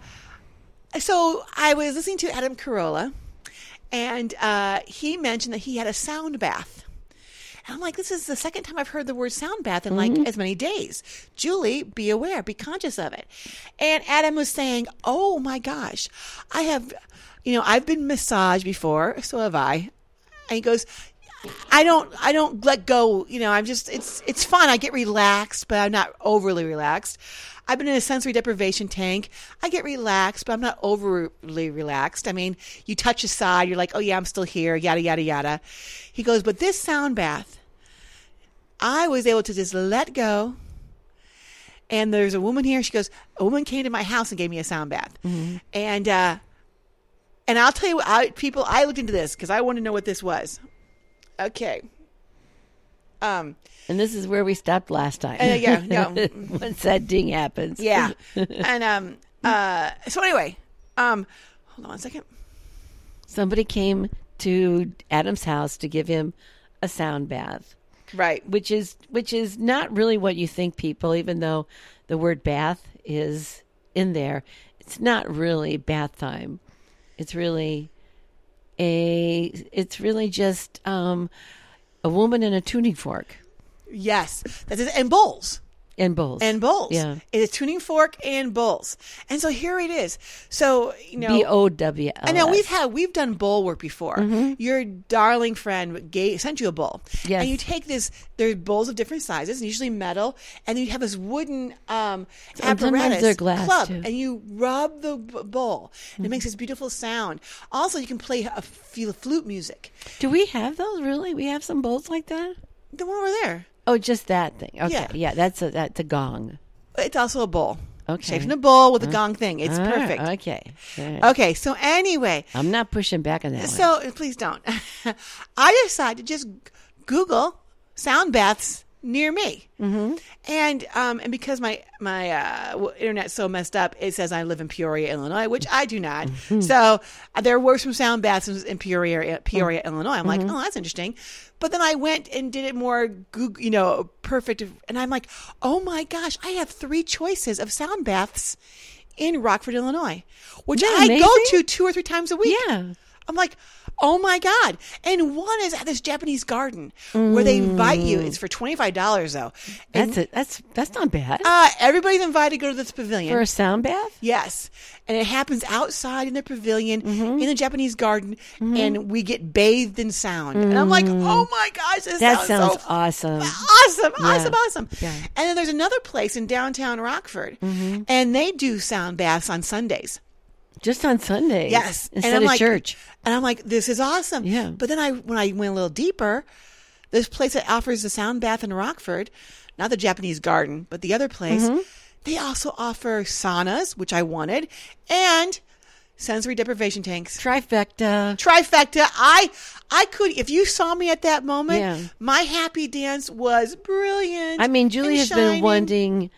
A: so I was listening to Adam Carolla, and uh, he mentioned that he had a sound bath. And I'm like, this is the second time I've heard the word sound bath in like as many days. Julie, be aware, be conscious of it. And Adam was saying, oh my gosh, I have, you know, I've been massaged before, so have I. And he goes, I don't, I don't let go. You know, I'm just, it's, it's fun. I get relaxed, but I'm not overly relaxed. I've been in a sensory deprivation tank. I get relaxed, but I'm not overly relaxed. I mean, you touch a side, you're like, oh yeah, I'm still here, yada, yada, yada. He goes, but this sound bath, I was able to just let go. And there's a woman here. She goes, a woman came to my house and gave me a sound bath. And, uh, and I'll tell you, I, people, I looked into this because I want to know what this was. Okay. Um.
B: And this is where we stopped last time.
A: Uh,
B: [laughs]
A: yeah, no.
B: Once that ding happens.
A: Yeah. and um. Uh. So anyway. Um. Hold on one second.
B: Somebody came to Adam's house to give him a sound bath,
A: Right.
B: which is which is not really what you think people even though the word bath is in there. It's not really bath time. It's really a it's really just um a woman and a tuning fork
A: Yes. That's it. And bowls.
B: and bowls.
A: And bowls.
B: Yeah.
A: It is tuning fork and bowls. And so here it is. So you know.
B: B O W L.
A: I know we've had we've done bowl work before.
B: Mm-hmm.
A: Your darling friend gave, sent you a bowl,
B: Yes.
A: and you take this. There's bowls of different sizes, usually metal, and you have this wooden um,
B: Sometimes
A: apparatus
B: they're glass,
A: club,
B: too. Mm-hmm.
A: and you rub the b- bowl, and it makes this beautiful sound. Also, you can play a f- flute music.
B: Do we have those really? We have some bowls like that?
A: The one over there,
B: Oh, just that thing. Okay.
A: Yeah.
B: Yeah, that's a that's a gong.
A: it's also a bowl.
B: Okay.
A: shaped in a bowl with a gong thing. It's
B: Ah,
A: perfect.
B: Okay. All right.
A: Okay, so anyway,
B: I'm not pushing back on that. one.
A: So uh, please don't. [laughs] I decided to just Google sound baths near me, mm-hmm. and um, and because my my uh, w- internet's so messed up, it says I live in Peoria, Illinois, which I do not.
B: Mm-hmm.
A: So uh, there were some sound baths in- in Peoria, uh,
B: Mm-hmm.
A: Peoria, Illinois. I'm like, oh, that's interesting. But then I went and did it more, Goog- you know, perfect, and I'm like, oh my gosh, I have three choices of sound baths. In Rockford, Illinois, which
B: Isn't
A: I
B: that
A: go
B: amazing?
A: to two or three times a week.
B: Yeah.
A: I'm like, oh my God. And one is at this Japanese garden where they invite you. It's for $25 though. And
B: that's a, that's that's not bad
A: uh, everybody's invited to go to this pavilion.
B: for a sound bath.
A: Yes. And it happens outside in the pavilion
B: Mm-hmm.
A: in the Japanese garden and we get bathed in sound. And I'm like, oh my gosh, this
B: Mm-hmm. That sounds,
A: so
B: awesome.
A: awesome,
B: Yeah.
A: awesome, awesome.
B: Yeah. Mm-hmm.
A: And then there's another place in downtown Rockford and they do sound baths on Sundays.
B: Just on Sundays.
A: Yes,
B: Instead
A: I'm
B: of
A: like,
B: church.
A: And I'm like, this is awesome.
B: Yeah.
A: But then I, when I went a little deeper, this place that offers the sound bath in Rockford, not the Japanese Garden, but the other place,
B: Mm-hmm.
A: they also offer saunas, which I wanted, and sensory deprivation tanks.
B: Trifecta.
A: Trifecta. I, I could. If you saw me at that moment,
B: Yeah.
A: my happy dance was brilliant.
B: I mean, Julie
A: and
B: has
A: shining.
B: been wanting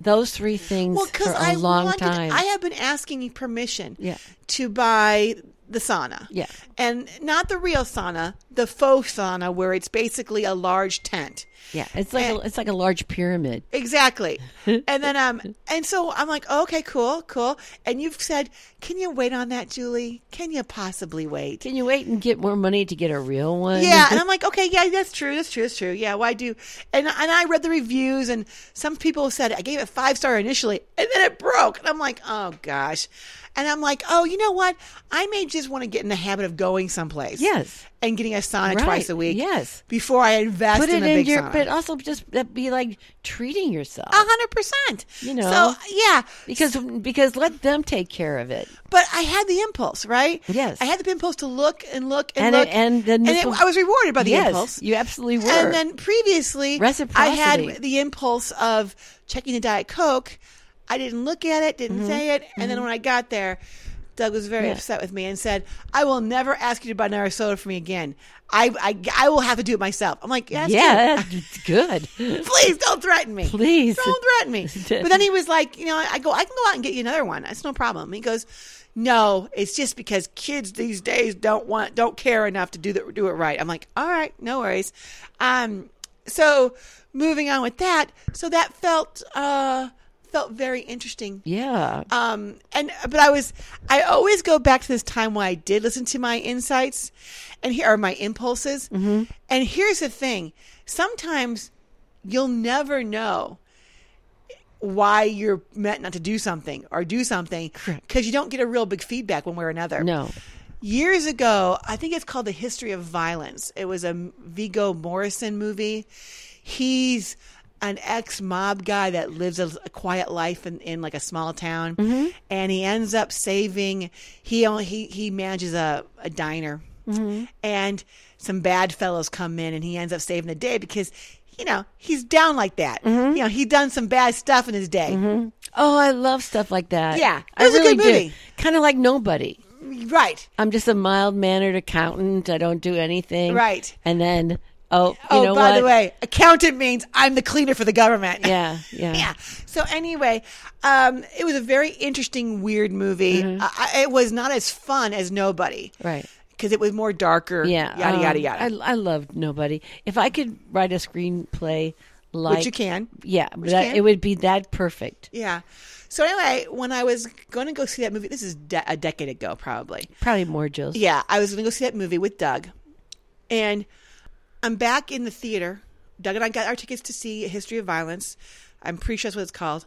B: those three things
A: Well,
B: for
A: because
B: a
A: I
B: long
A: wanted,
B: time.
A: I have been asking you permission
B: Yeah.
A: to buy the sauna.
B: Yeah.
A: And not the real sauna, the faux sauna where it's basically a large tent.
B: yeah, it's like a,
A: and-
B: it's like a large pyramid. [laughs]
A: Exactly. and then um and so I'm like, okay, cool, cool. And you've said, Can you wait on that, Julie? Can you possibly wait?
B: Can you wait and get more money to get a real one?
A: Yeah, and I'm like, okay, yeah, that's true, that's true, that's true. Yeah, why do? And and I read the reviews, and some people said I gave it five star initially, and then it broke, and I'm like, oh gosh, and I'm like, oh, you know what? I may just want to get in the habit of going someplace,
B: Yes.
A: and getting a sauna
B: Right,
A: twice a week,
B: yes.
A: before I invest
B: put
A: in
B: it
A: a
B: in
A: big Oh.
B: your,
A: sauna.
B: but also just that be like treating yourself
A: a hundred percent.
B: You know.
A: so yeah,
B: because because let them take care of it.
A: but I had the impulse, right?
B: Yes.
A: I had the impulse to look and look and
B: And
A: look,
B: it- and then this
A: it-
B: will-
A: I was rewarded by the
B: yes,
A: impulse.
B: you absolutely were.
A: And then previously, I
B: Reciprocity.
A: had the impulse of checking the Diet Coke. I didn't look at it, didn't say it. And then when I got there, Doug was very
B: Mm-hmm. Yeah.
A: upset with me and said, I will never ask you to buy another soda for me again. I, I, I will have to do it myself. I'm like, yes,
B: yeah, that's good.
A: [laughs] Please don't threaten me.
B: Please.
A: Don't threaten me. But then he was like, you know, I go, I can go out and get you another one. That's no problem. He goes, no, it's just because kids these days don't want, don't care enough to do that, do it right. I'm like, all right, no worries. Um, so moving on with that, so that felt uh, felt very interesting.
B: Yeah.
A: Um, and but I was I always go back to this time when I did listen to my insights, and here are my impulses. And here's the thing: sometimes you'll never know why you're meant not to do something or do something because you don't get a real big feedback one way or another.
B: No.
A: Years ago, I think it's called The History of Violence. It was a Vigo Morrison movie. He's an ex mob guy that lives a, a quiet life in, in like a small town,
B: Mm-hmm.
A: and he ends up saving. He only, he he manages a a diner,
B: Mm-hmm.
A: and some bad fellows come in, and he ends up saving the day because you know he's down like that.
B: Mm-hmm.
A: You know he done some bad stuff in his day.
B: Oh, I love stuff like that.
A: Yeah. It
B: I
A: was a
B: really
A: good
B: do.
A: movie.
B: Kind of like nobody.
A: Right?
B: I'm just a mild mannered accountant. I don't do anything.
A: Right.
B: And then, oh, you
A: Oh,
B: know
A: by
B: what?
A: the way, accountant means I'm the cleaner for the government.
B: Yeah, yeah.
A: yeah. So anyway, um, it was a very interesting, weird movie. Uh, I, it was not as fun as Nobody,
B: Mm-hmm. Right.
A: Because it was more darker.
B: Yeah.
A: Yada
B: um,
A: yada yada.
B: I, I loved nobody. If I could write a screenplay like.
A: Which you can.
B: Yeah.
A: Which
B: that-
A: you can.
B: It would be that perfect.
A: Yeah. So anyway, when I was going to go see that movie, this is de- a decade ago, probably.
B: Probably more, Jill's.
A: Yeah, I was going to go see that movie with Doug, and I'm back in the theater. Doug and I got our tickets to see History of Violence. I'm pretty sure that's what it's called.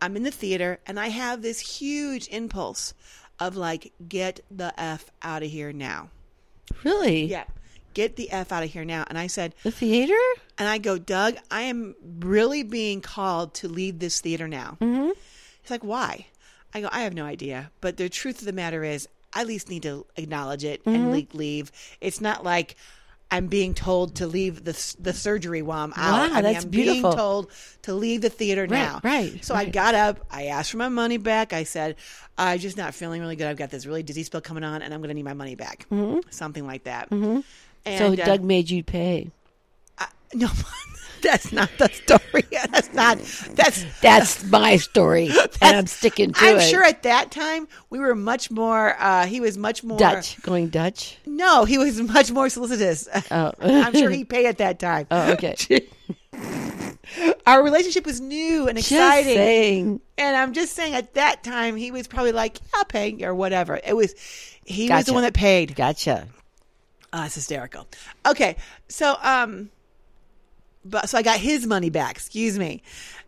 A: I'm in the theater, and I have this huge impulse of like, get the f out of here now.
B: Really?
A: Yeah, get the f out of here now. And I said,
B: The theater?
A: and I go, Doug, I am really being called to leave this theater now. Mm-hmm. He's like, why? I go, I have no idea. But the truth of the matter is, I at least need to acknowledge it
B: Mm-hmm.
A: and like leave. It's not like I'm being told to leave the s- the surgery while I'm out.
B: Wow,
A: I
B: that's
A: am
B: beautiful.
A: being told to leave the theater now.
B: right,
A: So I got up. I asked for my money back. I said, I'm just not feeling really good. I've got this really dizzy spell coming on, and I'm going to need my money back. Something like that.
B: Mm-hmm. so
A: And, uh,
B: Doug made you pay.
A: no, [laughs] that's not the story. [laughs] That's not. That's.
B: That's
A: [laughs]
B: my story, and I'm sticking to
A: I'm
B: it.
A: sure at that time we were much more. Uh, he was much more
B: Dutch going Dutch.
A: No, he was much more solicitous. [laughs]
B: Oh.
A: I'm sure he paid at that time.
B: [laughs]
A: [laughs]
B: Oh, okay. Just
A: Our relationship was new and exciting.
B: saying.
A: And I'm just saying, at that time, he was probably like, "Yeah, I'll pay," or whatever. It was. He was
B: Gotcha.
A: the one that paid.
B: Gotcha.
A: Ah, it's hysterical. Okay, so um, but so I got his money back. Excuse me,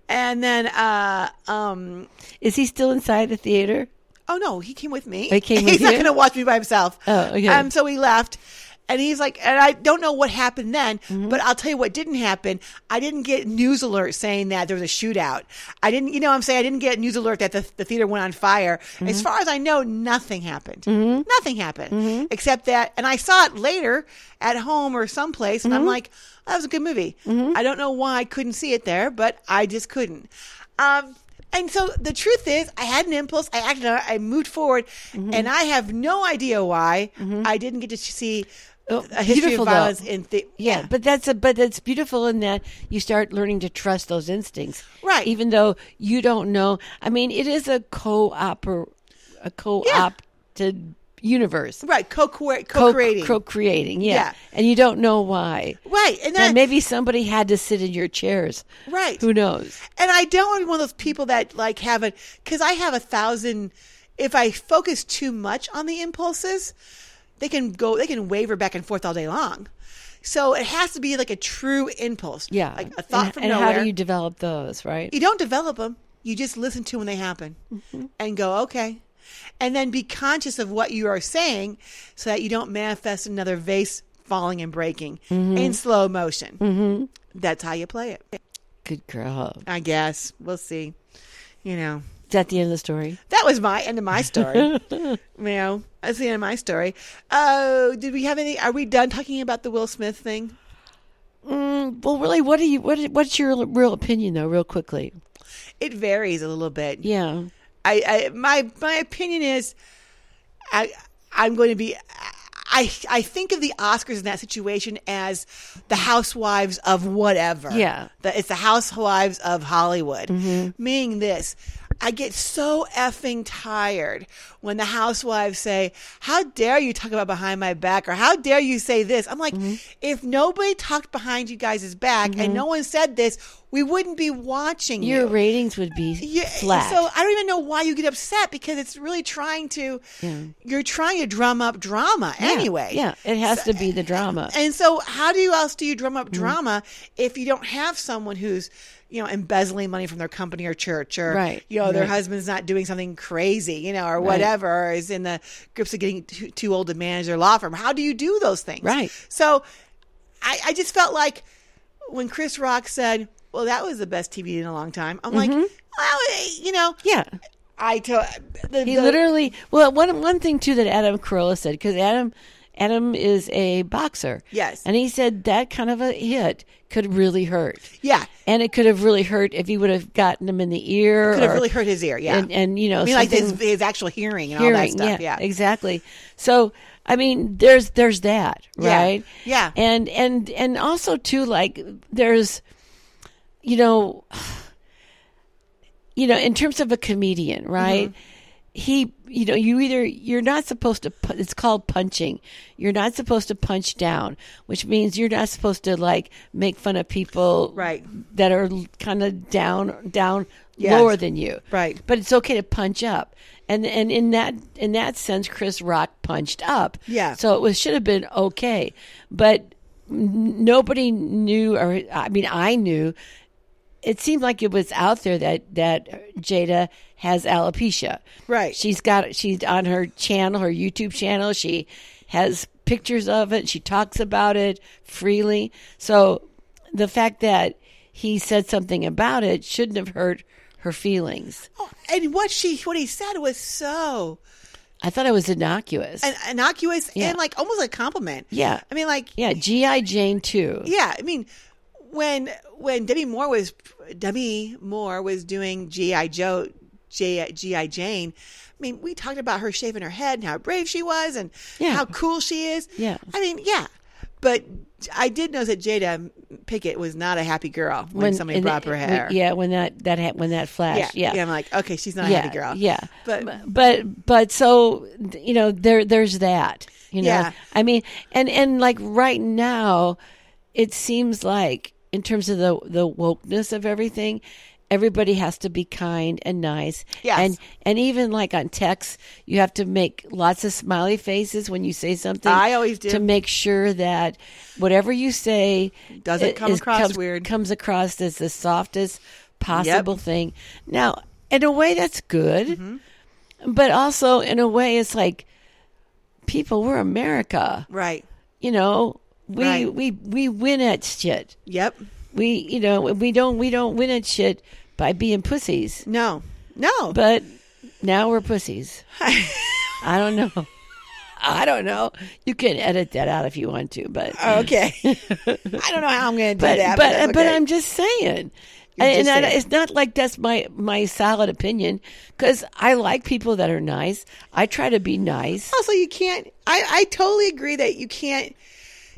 A: and then uh, um,
B: Is he still inside the theater?
A: Oh no, he came with me.
B: He came with
A: [laughs] he's not
B: you?
A: going to watch me by himself.
B: Oh, okay.
A: Um, so we left, and he's like, and I don't know what happened then,
B: Mm-hmm.
A: but I'll tell you what didn't happen. I didn't get news alert saying that there was a shootout. I didn't, you know, what I'm saying I didn't get news alert that the, the theater went on fire.
B: Mm-hmm.
A: As far as I know, nothing happened. Nothing happened
B: Mm-hmm.
A: except that, and I saw it later at home or someplace, and
B: Mm-hmm.
A: I'm like, oh, that was a good movie. I don't know why I couldn't see it there, but I just couldn't. Um, and so the truth is, I had an impulse. I acted on it. I moved forward,
B: Mm-hmm.
A: and I have no idea why I didn't get to see
B: Oh,
A: a history of
B: beautiful, though.
A: violence in the
B: Yeah, but that's a but that's beautiful in that you start learning to trust those instincts,
A: Right.
B: Even though you don't know, I mean, it is a co-op a co-opted universe,
A: right co
B: Co-
A: co-creating
B: co-creating, yeah.
A: Yeah.
B: and you don't know why.
A: right, and then
B: And maybe somebody had to sit in your chairs,
A: Right.
B: Who knows?
A: and I don't want to be one of those people that like have it because I have a thousand. If I focus too much on the impulses, they can go. They can waver back and forth all day long. So it has to be like a true impulse.
B: Yeah,
A: like a thought
B: and,
A: from
B: and
A: nowhere. E
B: how do you develop those? Right?
A: you don't develop them you just listen to when they happen and go okay and then be conscious of what you are saying so that you don't manifest another vase falling and breaking in slow motion mm-hmm. that's how you play it
B: Good girl.
A: i guess we'll see you know
B: Is that the end of the story?
A: that was my end of my story you know that's the end of my story oh did we have any are we done talking about the will smith thing
B: Mm, well, really, what do you? What, what's your real opinion, though? Real quickly.
A: it varies a little bit
B: Yeah.
A: I, I my my opinion is, I I'm going to be. I I think of the Oscars in that situation as the housewives of whatever.
B: Yeah.
A: The, it's the housewives of Hollywood. Meaning this, I get so effing tired when the housewives say, How dare you talk about behind my back? or How dare you say this? I'm like, If nobody talked behind you guys' back and no one said this, we wouldn't be watching you.
B: Your ratings would be
A: Yeah,
B: flat.
A: So I don't even know why you get upset because it's really trying to, you're trying to drum up drama
B: Yeah,
A: anyway.
B: yeah, it has to be the drama.
A: And so, how do you else do you drum
B: Mm.
A: up drama if you don't have someone who's, you know, embezzling money from their company or church, or
B: Right,
A: you know, their
B: right.
A: husband's not doing something crazy, you know, or whatever, or is in the grips of getting too, too old to manage their law firm. How do you do those things?
B: Right.
A: So, I, I just felt like when Chris Rock said, "Well, that was the best TV in a long time," I'm
B: Mm-hmm.
A: like, well, eh, you know,
B: yeah.
A: I to the,
B: He
A: the-
B: literally well one one thing too that Adam Carolla said because Adam Adam is a boxer.
A: Yes.
B: And he said that kind of a hit could really hurt.
A: yeah,
B: And it could have really hurt if he would have gotten him in the ear.
A: could have
B: or-
A: really hurt his ear. Yeah,
B: and, and you know,
A: I mean, like his,
B: something-
A: his actual hearing and all that
B: hearing.
A: stuff.
B: yeah,
A: Yeah,
B: exactly. So I mean, there's there's that,
A: Yeah,
B: right?
A: yeah.
B: and and and also too, like there's, you know, [sighs] you know, in terms of a comedian, right?
A: Mm-hmm.
B: He, you know, you either you're not supposed to. pu- It's called punching. You're not supposed to punch down, which means you're not supposed to like make fun of people,
A: Right.
B: That are kind of down, down
A: Yes.
B: lower than you,
A: Right.
B: but it's okay to punch up and and in that in that sense chris rock punched up
A: Yeah.
B: so it was should have been okay but n- nobody knew or i mean i knew it seemed like it was out there that that jada has alopecia
A: Right.
B: she's got she's on her channel her youtube channel she has pictures of it she talks about it freely so the fact that he said something about it shouldn't have hurt her feelings
A: Oh, and what she what he said was so
B: I thought it was innocuous.
A: in- innocuous
B: Yeah.
A: and like almost a compliment.
B: Yeah.
A: I mean, like
B: yeah, GI Jane too.
A: yeah, I mean, when when Debbie Moore was Debbie Moore was doing GI Joe. J- G.I. Jane. I mean, we talked about her shaving her head and how brave she was and
B: Yeah.
A: how cool she is.
B: Yeah.
A: I mean, yeah. But I did know that Jada Pickett was not a happy girl when, somebody
B: and-
A: brought up her
B: when-
A: hair.
B: yeah, when that that ha- when that
A: yeah.
B: flash. Yeah.
A: I'm like, okay, she's not a
B: yeah,
A: happy girl.
B: Yeah.
A: But
B: But but so you know there there's that. You know.
A: Yeah.
B: I mean and and like right now it seems like in terms of the the wokeness of everything everybody has to be kind and nice
A: Yes.
B: and and even like on text you have to make lots of smiley faces when you say something
A: I always do.
B: to make sure that whatever you say
A: Doesn't come across
B: comes-
A: weird.
B: comes across as the softest possible thing. Now, in a way, that's good, but also in a way, it's like people. We're America,
A: right.
B: you know. We
A: Right.
B: we we win at shit.
A: Yep.
B: We you know we don't we don't win at shit by being pussies.
A: No. No.
B: But now we're pussies. I don't know. I don't know. You can edit that out if you want to, but
A: Oh,
B: [laughs]
A: okay. I don't know how I'm going to do
B: but
A: that.
B: but
A: that's
B: but
A: okay.
B: I'm just saying,
A: You're just
B: and I-
A: saying.
B: it's not like that's my my solid opinion because I like people that are nice. I try to be nice.
A: also you can't. I I totally agree that you can't.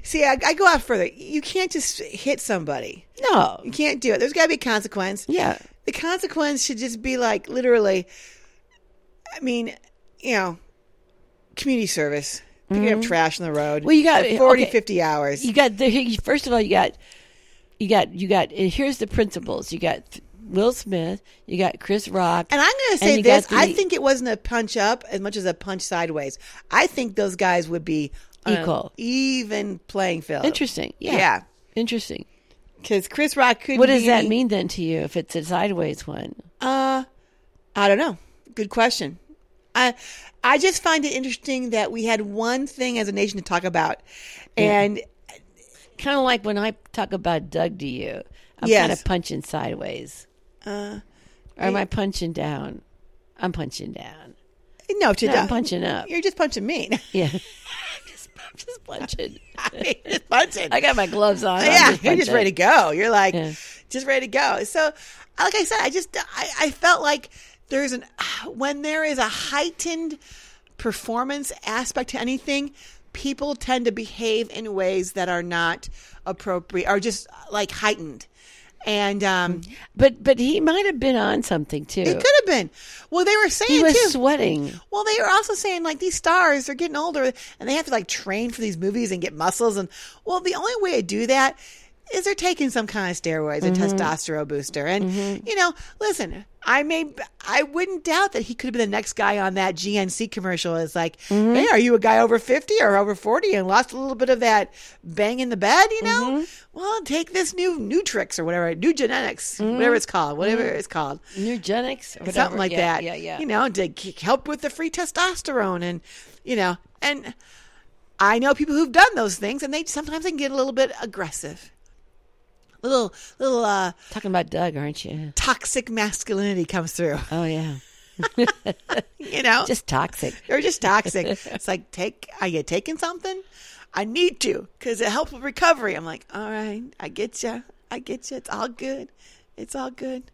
A: See, I, I go out further. You can't just hit somebody.
B: No,
A: You can't do it. There's got to be a consequence.
B: yeah,
A: The consequence should just be like literally. I mean, you know, community service, picking up trash on the road.
B: Mm-hmm. Well, you got-
A: for 40,
B: okay.
A: 50 hours.
B: you got the first of all you got you got you got and here's the principles. You got Will Smith. You got Chris Rock.
A: And I'm going to say
B: you
A: this:
B: got the-
A: I think it wasn't a punch up as much as a punch sideways. I think those guys would be on an
B: Equal.
A: even playing field.
B: Interesting. Yeah.
A: Yeah.
B: Interesting.
A: because Chris Rock could.
B: What does
A: be-
B: that mean then to you if it's a sideways one?
A: Uh, I don't know. Good question. I I just find it interesting that we had one thing as a nation to talk about, and
B: Kind of like when I talk about Doug to you, I'm
A: Yes.
B: kind of punching sideways. Uh, or am I punching down? I'm punching down.
A: no, to
B: No,
A: Doug-
B: I'm punching up.
A: You're just punching me. [laughs]
B: Yeah. I'm just, I'm just punching.
A: You're just punching.
B: I got my gloves on.
A: yeah, [laughs] you're just ready to go. You're like,
B: Yeah.
A: just ready to go. So, like I said, I just I, I felt like there's an when there is a heightened performance aspect to anything, people tend to behave in ways that are not appropriate or just like heightened. and um,
B: But but he might have been on something too.
A: it could have been. Well, they were saying
B: he was
A: too.
B: sweating.
A: Well, they were also saying like these stars they're getting older and they have to like train for these movies and get muscles and well the only way to do that is they're taking some kind of steroids a testosterone booster and you know listen I may I wouldn't doubt that he could have been the next guy on that GNC commercial is like hey are you a guy over 50 or over 40 and lost a little bit of that bang in the bed you know well take this new new tricks or whatever new genetics whatever it's called whatever it's called
B: Neurogenics or whatever.
A: something like
B: Yeah,
A: that.
B: Yeah, yeah.
A: You know, to k- help with the free testosterone, and you know, and I know people who've done those things, and they sometimes they can get a little bit aggressive, little little uh,
B: Talking about Doug, aren't you?
A: toxic masculinity comes through. [laughs]
B: Oh yeah.
A: You know,
B: Just toxic.
A: [laughs] they're just toxic.
B: [laughs]
A: it's like take are you taking something? I need to because it helps with recovery. I'm like, all right, I get you, I get you. It's all good, it's all good.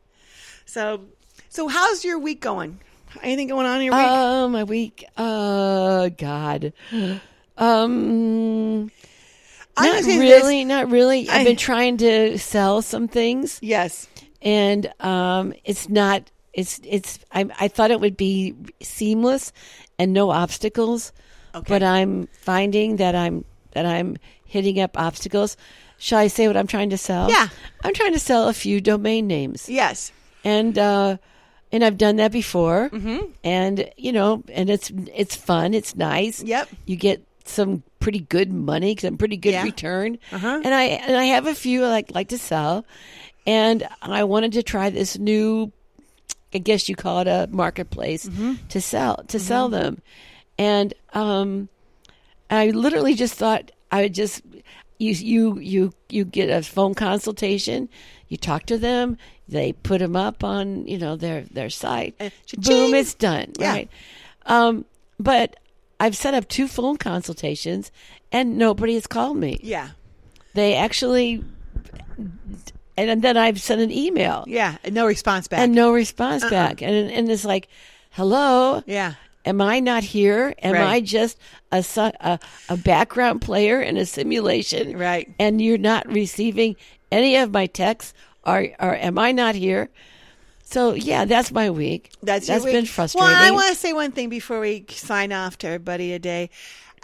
A: So, so how's your week going? Anything going on in your week?
B: Oh, my week. Oh God. Um
A: I'm
B: not
A: just gonna-
B: really, not really. I've
A: I-
B: been trying to sell some things
A: Yes.
B: and um it's not it's it's I I thought it would be seamless and no obstacles.
A: Okay.
B: But I'm finding that I'm that I'm hitting up obstacles. Shall I say what I'm trying to sell?
A: Yeah.
B: I'm trying to sell a few domain names.
A: Yes.
B: and uh and I've done that before, mm-hmm. and you know, and it's it's fun, it's nice.
A: Yep.
B: you get some pretty good money, some pretty good
A: Yeah. Uh-huh.
B: return. And I and I have a few I like like to sell, and I wanted to try this new, I guess you call it a marketplace
A: Mm-hmm.
B: to sell to sell them, and um, I literally just thought I would just you you you you get a phone consultation, you talk to them, they put them up on you know their their site, boom,
A: cha-ching.
B: it's done,
A: Yeah.
B: right? Um, but I've set up two phone consultations, and nobody has called me.
A: Yeah.
B: They actually, and then I've sent an email
A: Yeah. And no response back.
B: and no response back, and and it's like, hello,
A: yeah.
B: Am I not here? Am
A: Right.
B: I just a, su- a a background player in a simulation?
A: Right.
B: And you're not receiving any of my texts, or or am I not here? So yeah, that's my week.
A: That's
B: that's
A: your
B: been
A: week.
B: frustrating.
A: Well, I want to say one thing before we sign off to everybody today.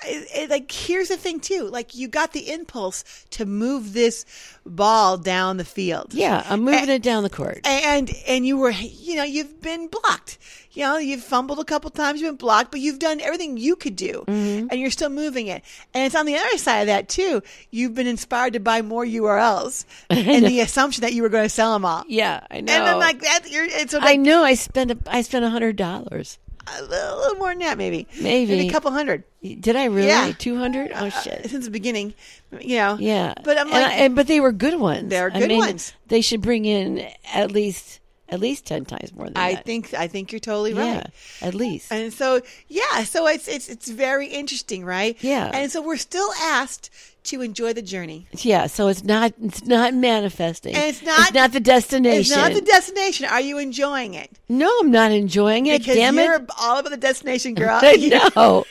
A: I I- like, here's the thing too. Like, you got the impulse to move this ball down the field.
B: yeah, I'm moving it down the court.
A: and and you were you know you've been blocked you know you've fumbled a couple times you've been blocked but you've done everything you could do
B: Mm-hmm.
A: and you're still moving it and it's on the other side of that too you've been inspired to buy more
B: [laughs]
A: urls and the assumption that you were going to sell them all
B: yeah, I know.
A: and then like that you're it's
B: I
A: like
B: know. I spent a, I spent a hundred dollars.
A: a little, little more than that maybe
B: Maybe.
A: a couple hundred
B: Did I really
A: Yeah.
B: two hundred? Oh
A: uh,
B: shit.
A: since the beginning you know
B: Yeah,
A: but i'm
B: And I-
A: like
B: and, but they were good ones.
A: They're
B: I
A: good
B: mean,
A: ones.
B: They should bring in at least at least ten times more than
A: I
B: that.
A: think I think you're totally right.
B: Yeah, at least.
A: And so, yeah, so it's it's it's very interesting, right?
B: Yeah.
A: And so we're still asked to enjoy the journey.
B: yeah, so it's not it's not manifesting.
A: And it's not-
B: the destination.
A: It's not the destination. Are you enjoying it?
B: no, I'm not enjoying it.
A: Because
B: Damn [laughs]
A: you're
B: it!
A: all about the
B: [laughs]
A: destination, girl.
B: I know.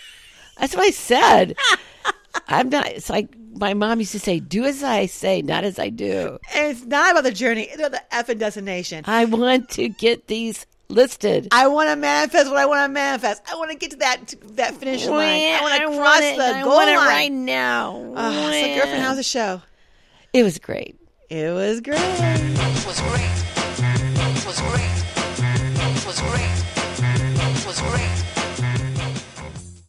B: That's what I said. I'm not. It's like my mom used to say, "Do as I say, not as I do."
A: And it's not about the journey. It's about the effing destination.
B: I want to get these listed.
A: I want to manifest what I want to manifest. I want to get to that that finish line. I want to cross
B: it,
A: the
B: I
A: goal
B: want it
A: line.
B: right now.
A: Ah, so, girlfriend, how's the show?
B: it was great.
A: It was great.
C: was great. was great.